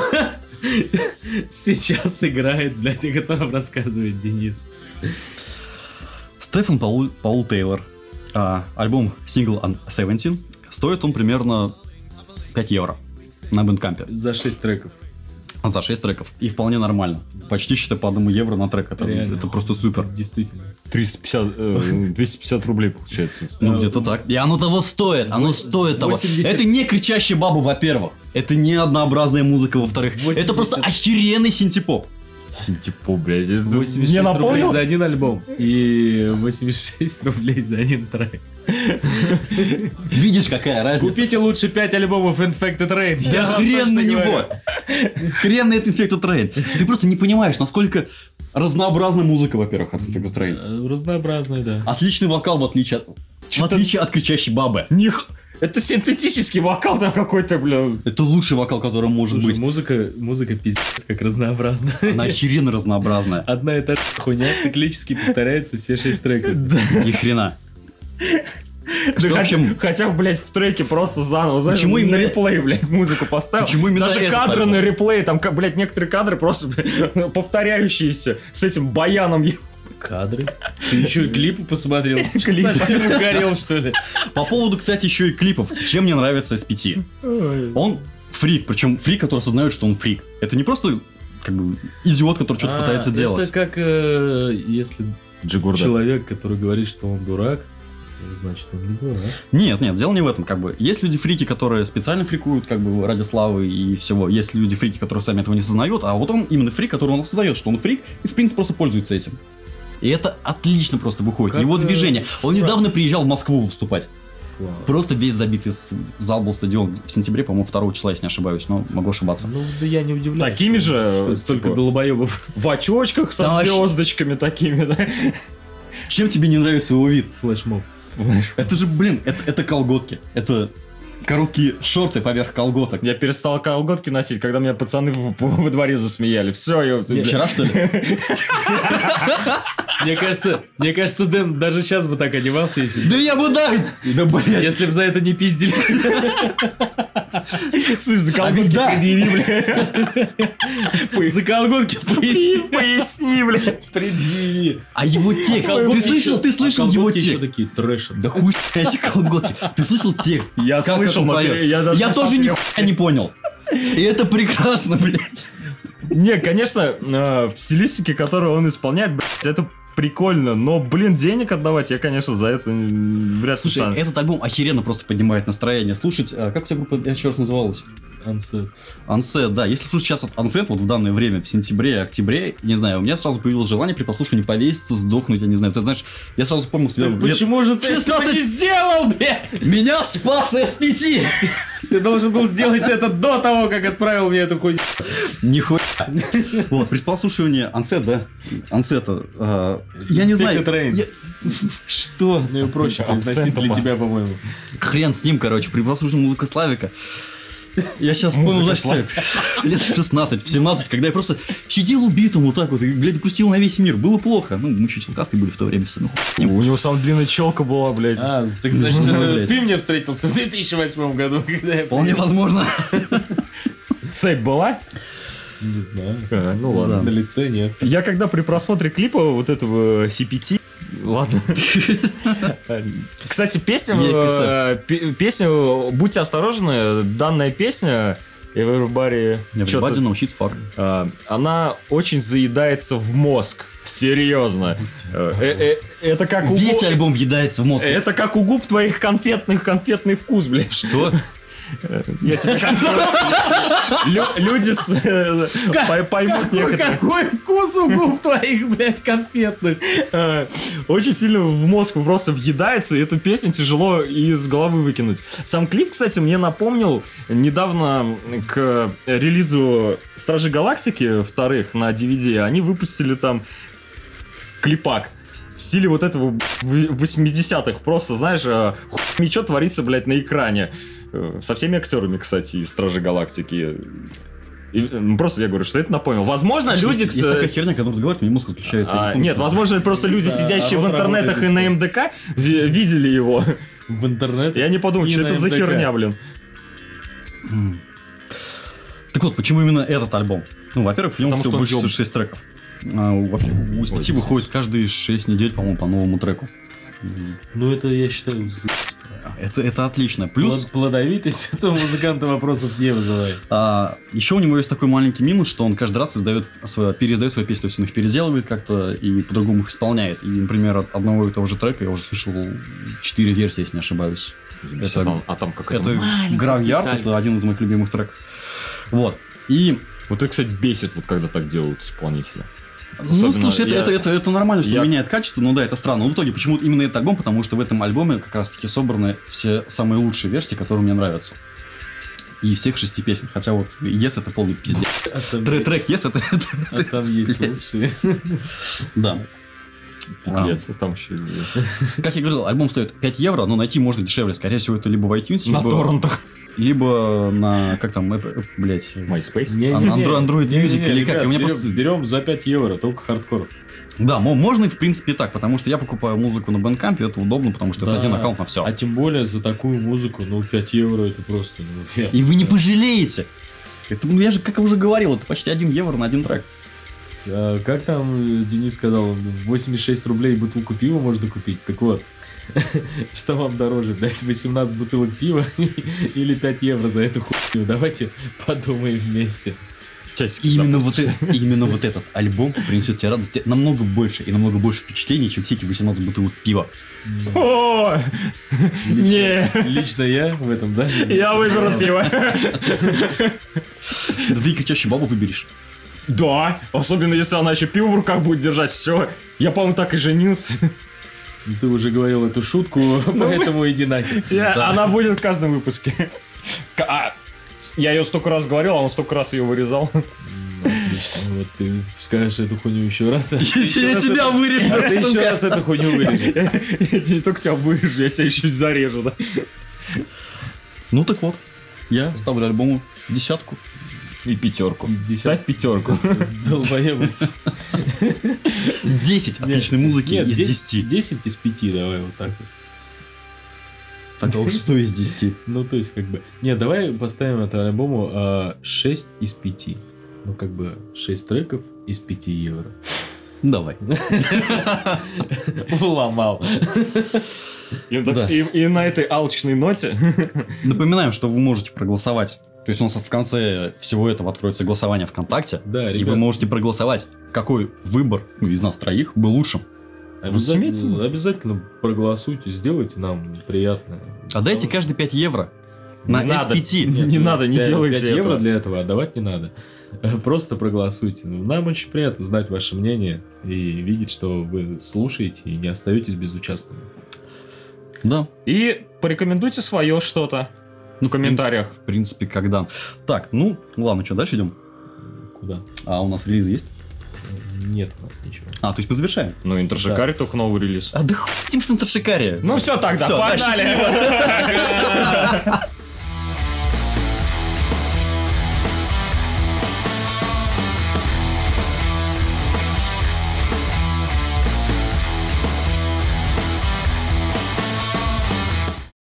Speaker 2: сейчас играет, блядь, о котором рассказывает Денис.
Speaker 1: Стефан Паул, Паул Тейлор. А, альбом сингл от 17. Стоит он примерно 5 евро на бендкампе
Speaker 2: За 6 треков.
Speaker 1: за 6 треков. И вполне нормально. Почти считай по одному евро на трек. Это,
Speaker 2: Реально.
Speaker 1: это просто супер.
Speaker 2: Действительно.
Speaker 3: 350, э, 250 рублей получается.
Speaker 1: Ну, где-то так. И оно того стоит, оно стоит того.
Speaker 2: 80.
Speaker 1: Это не кричащие бабы, во-первых. Это не однообразная музыка, во-вторых.
Speaker 2: 80.
Speaker 1: Это просто охеренный синтепоп.
Speaker 3: Синтепо, блядь. это-
Speaker 2: 86
Speaker 3: Не
Speaker 2: рублей
Speaker 3: напомнил?
Speaker 2: за один альбом и 86 рублей за один трек.
Speaker 1: Видишь, какая разница?
Speaker 2: Купите лучше 5 альбомов Infected Rain.
Speaker 1: Да
Speaker 2: вам
Speaker 1: хрен
Speaker 2: точно
Speaker 1: на него!
Speaker 2: говорю.
Speaker 1: Хрен на этот Infected Train. Ты просто не понимаешь, насколько разнообразна музыка, во-первых, от Infected Train.
Speaker 2: Э, Разнообразный, да.
Speaker 1: Отличный вокал, в отличие от... В отличие от кричащей бабы.
Speaker 3: Них... Это синтетический вокал там какой-то, бля.
Speaker 1: Это лучший вокал, который может
Speaker 2: Слушай,
Speaker 1: быть.
Speaker 2: музыка, музыка пиздец как разнообразна.
Speaker 1: Она охеренно разнообразная.
Speaker 2: Одна и та же хуйня циклически повторяется все шесть треков.
Speaker 1: Ни хрена. Что,
Speaker 3: Да
Speaker 1: в
Speaker 3: хотя,
Speaker 1: общем,
Speaker 3: хотя бы, блядь, в треке просто заново, знаешь,
Speaker 1: Почему
Speaker 3: на
Speaker 1: именно- э-
Speaker 3: реплей, блядь, музыку поставил.
Speaker 1: Почему именно
Speaker 3: Даже
Speaker 1: этот
Speaker 3: кадры
Speaker 1: альбом?
Speaker 3: на реплей, там, ка- блядь, некоторые кадры просто блядь, повторяющиеся с этим баяном.
Speaker 2: Кадры. Ты еще и клипы посмотрел? Ты что,
Speaker 3: Клипы.
Speaker 2: Совсем угорел, что ли?
Speaker 1: по поводу, кстати, еще и клипов. Чем мне нравится SPT? Он фрик, причем фрик, который осознает, что он фрик. Это не просто как бы идиот, который что-то
Speaker 2: А,
Speaker 1: пытается
Speaker 2: Это
Speaker 1: делать.
Speaker 2: как э, если
Speaker 3: Джигурда.
Speaker 2: человек, который говорит, что он дурак, значит он не дурак.
Speaker 1: Нет, нет, дело не в этом, как бы. Есть люди фрики, которые специально фрикуют, как бы ради славы и всего. Есть люди фрики, которые сами этого не сознают, а вот он именно фрик, который он осознает, что он фрик, и в принципе просто пользуется этим. И это отлично просто выходит.
Speaker 2: Как,
Speaker 1: Его
Speaker 2: э,
Speaker 1: движение. Он
Speaker 2: Шрам.
Speaker 1: недавно приезжал в Москву выступать.
Speaker 2: Класс.
Speaker 1: Просто весь забитый с- зал был стадион в сентябре, по-моему, 2 числа, если не ошибаюсь, но могу ошибаться.
Speaker 2: Ну, да я не удивляюсь.
Speaker 3: Такими же,
Speaker 2: Что
Speaker 3: типа,
Speaker 2: столько долбоебов.
Speaker 3: В очочках со
Speaker 1: Там вообще-
Speaker 3: звездочками такими, да?
Speaker 1: Чем тебе не нравится его вид?
Speaker 2: Флешмоб.
Speaker 1: Это же, блин, это, это колготки. Это короткие шорты поверх колготок.
Speaker 3: Я перестал колготки носить, когда меня пацаны в- во дворе засмеяли. Все, я...
Speaker 1: Вчера, что ли?
Speaker 2: Мне кажется, мне кажется, Дэн даже сейчас бы так одевался, если б-
Speaker 1: Да я бы да! Да, блядь.
Speaker 2: если бы за это не пиздили.
Speaker 3: Слышь, за
Speaker 1: А
Speaker 3: колготки
Speaker 1: ведь да.
Speaker 3: предъяви, бля.
Speaker 2: За колготки поясни.
Speaker 3: Поясни, бля.
Speaker 2: Предъяви.
Speaker 1: А его текст.
Speaker 2: Колготки
Speaker 1: Ты слышал,
Speaker 2: еще-
Speaker 1: ты
Speaker 2: а
Speaker 1: слышал его
Speaker 2: колготки еще
Speaker 1: текст?
Speaker 2: такие трэши.
Speaker 1: Да хуй эти колготки. Ты слышал текст?
Speaker 3: Я
Speaker 1: Как
Speaker 3: слышал,
Speaker 1: он
Speaker 3: но
Speaker 1: поет?
Speaker 3: я даже
Speaker 1: Я
Speaker 3: не
Speaker 1: тоже
Speaker 3: смотрел.
Speaker 1: нихуя не понял. И это прекрасно, блядь.
Speaker 3: Не, конечно, э, в стилистике, которую он исполняет, блядь, это прикольно, но, блин, денег отдавать я, конечно, за это н- вряд ли
Speaker 1: Слушай,
Speaker 3: стану.
Speaker 1: этот альбом охеренно просто поднимает настроение. Слушать, а, как у тебя группа еще раз называлась?
Speaker 2: Ансет.
Speaker 1: Ансет, да. Если слушать сейчас Ансет, вот в данное время, в сентябре, октябре, не знаю, у меня сразу появилось желание при прослушивании повеситься, сдохнуть, я не знаю. Ты знаешь, я сразу помнил себя. лет-
Speaker 2: Почему же ты этого
Speaker 1: 16?
Speaker 2: не сделал, бля?
Speaker 1: Меня спас S5!
Speaker 2: Ты должен был сделать это до того, как отправил мне эту хуйню.
Speaker 1: Нихуя. Вот, при прослушивании Ансет, да? Ансета. а, Я не знаю.
Speaker 2: Take a train.
Speaker 1: я- Что?
Speaker 2: Ну и проще произносить
Speaker 3: Абсента
Speaker 2: для
Speaker 3: пас.
Speaker 2: тебя, по-моему.
Speaker 1: Хрен с ним, короче, при прослушивании музыка Славика. Я сейчас понял,
Speaker 3: Музыка
Speaker 1: знаешь, всё, лет в 16, в 17, когда я просто сидел убитым вот так вот и, блядь, грустил на весь мир. Было плохо. Ну, мы челкасты были в то время все. Ну, хуй с ним.
Speaker 3: У него самая длинная челка была, блядь.
Speaker 2: А, так значит,
Speaker 1: Ну,
Speaker 2: это
Speaker 1: блядь.
Speaker 2: ты мне встретился в 2008 году, когда я...
Speaker 1: Вполне
Speaker 3: Э,
Speaker 1: возможно.
Speaker 3: Цепь была?
Speaker 2: Не знаю.
Speaker 3: А, ну
Speaker 1: Да.
Speaker 3: ладно.
Speaker 2: На лице нет.
Speaker 3: Я когда при просмотре клипа вот этого э, CPT Ладно. Кстати, песня,
Speaker 1: EKSF.
Speaker 3: э, пе- песню «Будьте осторожны», данная песня Everybody... чё-то,
Speaker 1: Everybody knows shit fuck.
Speaker 3: э, она очень заедается в мозг. Серьезно. Э, э, э, Это как у
Speaker 1: Весь
Speaker 3: Бо-
Speaker 1: альбом въедается в мозг.
Speaker 3: Это как у губ твоих конфетных, конфетный вкус, блядь.
Speaker 1: Что?
Speaker 3: Я тебе Лю- Люди с- э, пой- поймут
Speaker 2: Какой,
Speaker 3: некоторые.
Speaker 2: какой вкус у губ твоих, блядь, конфетных?
Speaker 3: Э, Очень сильно в мозг просто въедается, и эту песню тяжело из головы выкинуть. Сам клип, кстати, мне напомнил недавно к релизу Стражи Галактики вторых на DVD, они выпустили там клипак в стиле вот этого в- 80-х. Просто, знаешь, э, хуй что творится, блядь, на экране. Э, Со всеми актерами, кстати, из Стражи Галактики. И, э, ну, просто я говорю, что это напомнил. Возможно,
Speaker 1: Слушай,
Speaker 3: люди...
Speaker 1: Есть
Speaker 3: э,
Speaker 1: такая херня, когда разговаривают, мне мозг отключается. я не
Speaker 3: а,
Speaker 1: помню,
Speaker 3: нет,
Speaker 1: что.
Speaker 3: возможно, просто люди,
Speaker 2: Да,
Speaker 3: сидящие в
Speaker 2: народ
Speaker 3: интернетах и
Speaker 2: работает
Speaker 3: на МДК, ви- видели его.
Speaker 2: В интернете?
Speaker 3: Я не подумал,
Speaker 2: И
Speaker 3: что
Speaker 2: на
Speaker 3: это за
Speaker 2: МДК.
Speaker 3: херня, блин.
Speaker 1: М. Так вот, почему именно этот альбом? Ну, во-первых, в нем
Speaker 2: Потому
Speaker 1: всего
Speaker 2: что он
Speaker 1: больше
Speaker 2: ёбнут.
Speaker 1: 6 треков. А, у- вообще, у SPT выходит каждые 6 недель, по-моему, по новому треку.
Speaker 2: Ну это, я считаю,
Speaker 1: Это, это отлично.
Speaker 2: плюс
Speaker 1: Плюс,
Speaker 2: плодовитость этого музыканта вопросов не вызывает.
Speaker 1: а, еще у него есть такой маленький минус, что он каждый раз издает свое, переиздает свои песни, то есть он их переделывает как-то и по-другому их исполняет. И, например, от одного и того же трека я уже слышал 4 версии, если не ошибаюсь. Это-
Speaker 3: А там как
Speaker 1: Это Гравьярд,
Speaker 2: деталь.
Speaker 1: это один из моих любимых треков. Вот. И
Speaker 3: Вот это, кстати, бесит, вот когда так делают исполнители.
Speaker 1: Ну,
Speaker 3: Особенно
Speaker 1: слушай, это,
Speaker 3: я-
Speaker 1: это, это, это нормально, что
Speaker 3: я-
Speaker 1: меняет качество, но да, это странно. Но в итоге почему-то именно этот альбом, потому что в этом альбоме как раз-таки собраны все самые лучшие версии, которые мне нравятся. И всех шести песен. Хотя вот Yes это полный пиздец.
Speaker 2: А там,
Speaker 1: Тре- Трек Yes это... это-
Speaker 2: а там есть
Speaker 1: блядь.
Speaker 2: лучшие.
Speaker 1: Да.
Speaker 2: А.
Speaker 3: Пипец, там еще...
Speaker 1: Как я говорил, альбом стоит 5 евро, но найти можно дешевле. Скорее всего, это либо в iTunes,
Speaker 3: На
Speaker 1: либо-
Speaker 3: торрентах.
Speaker 1: либо на... Как там, Apple- Apple, блядь...
Speaker 3: MySpace.
Speaker 2: Не-не-не.
Speaker 1: Андро- Android
Speaker 2: Не-не-не,
Speaker 1: Music или как?
Speaker 2: ребят,
Speaker 1: И у меня
Speaker 2: берем-
Speaker 1: просто-
Speaker 2: Берем за 5 евро, только хардкор.
Speaker 1: Да, мо- можно и в принципе и так, потому что я покупаю музыку на Bandcamp, и это удобно, потому что это
Speaker 2: Да.
Speaker 1: один аккаунт на все.
Speaker 2: А тем более за такую музыку, ну 5 евро это просто... ну, я-
Speaker 1: И вы не пожалеете. Это, ну, я же, как я уже говорил, это почти 1 евро на один трек.
Speaker 2: А, Как там э, Денис сказал, 86 рублей бутылку пива можно купить? Так вот, что вам дороже, блядь, 18 бутылок пива или 5 евро за эту хуйню? Давайте подумаем вместе.
Speaker 1: И именно вот, э- именно вот этот альбом принесет тебе радость намного больше и намного больше впечатлений, чем все эти 18 бутылок пива.
Speaker 3: О, не,
Speaker 2: Лично я в этом даже... не
Speaker 3: я выберу
Speaker 2: сомневаюсь.
Speaker 3: пиво.
Speaker 1: Да ты их чаще бабу выберешь.
Speaker 3: Да, особенно если она еще пиво в руках будет держать, все. Я, по-моему, так и женился.
Speaker 2: Ты уже говорил эту шутку, поэтому иди нахер.
Speaker 3: Я-
Speaker 1: Да.
Speaker 3: Она будет в каждом выпуске. К- а, с- я ее столько раз говорил, а он столько раз ее вырезал.
Speaker 2: Отлично, Ну, Вот ты скажешь эту хуйню еще раз. а ты еще
Speaker 1: Я
Speaker 2: раз
Speaker 1: тебя
Speaker 2: это- а ты
Speaker 1: вырежу,
Speaker 2: еще
Speaker 1: сука.
Speaker 2: раз эту хуйню вырежешь.
Speaker 3: Я тебе не только тебя вырежу, я тебя еще и зарежу, да?
Speaker 1: Ну так вот, я ставлю альбому десятку.
Speaker 3: И пятерку.
Speaker 2: Ставь
Speaker 3: пятерку.
Speaker 2: Долбоебы.
Speaker 1: 10 отличной музыки
Speaker 2: Нет,
Speaker 1: из 10.
Speaker 2: 10 из 5, давай вот так вот. А
Speaker 1: Тогда уж 100 из 10.
Speaker 2: Ну, то есть, как бы... Не, давай поставим этому альбому а, 6 из 5. Ну, как бы 6 треков из 5 евро.
Speaker 1: Давай.
Speaker 2: Уломал.
Speaker 3: И,
Speaker 1: Да.
Speaker 3: и- и на этой алчной ноте
Speaker 1: Напоминаем, что вы можете проголосовать. То есть у нас в конце всего этого откроется голосование ВКонтакте.
Speaker 2: Да,
Speaker 1: И вы
Speaker 2: ребят,
Speaker 1: можете проголосовать, какой выбор ну, из нас троих был лучшим.
Speaker 2: обязательно, обязательно проголосуйте, сделайте нам приятное.
Speaker 3: А
Speaker 1: Отдайте
Speaker 2: Потому
Speaker 1: каждый 5 евро на
Speaker 3: Не надо.
Speaker 1: S5.
Speaker 3: Не
Speaker 2: Нет,
Speaker 3: надо, не
Speaker 2: пять-
Speaker 3: делайте
Speaker 2: пять евро
Speaker 3: этого.
Speaker 2: для этого отдавать не надо. Просто проголосуйте. Ну, Нам очень приятно знать ваше мнение и видеть, что вы слушаете и не остаетесь безучастными.
Speaker 1: Да,
Speaker 3: и порекомендуйте свое что-то в комментариях.
Speaker 1: в принципе, когда. Так, ну, ладно, что, дальше идем?
Speaker 2: Куда?
Speaker 1: А у нас релиз есть?
Speaker 2: Нет у нас ничего.
Speaker 1: А, то есть мы завершаем.
Speaker 3: Ну, Интершикари только новый релиз.
Speaker 1: А да хуй с ним с Интершикари.
Speaker 3: Ну все тогда,
Speaker 1: Всё, да,
Speaker 3: погнали!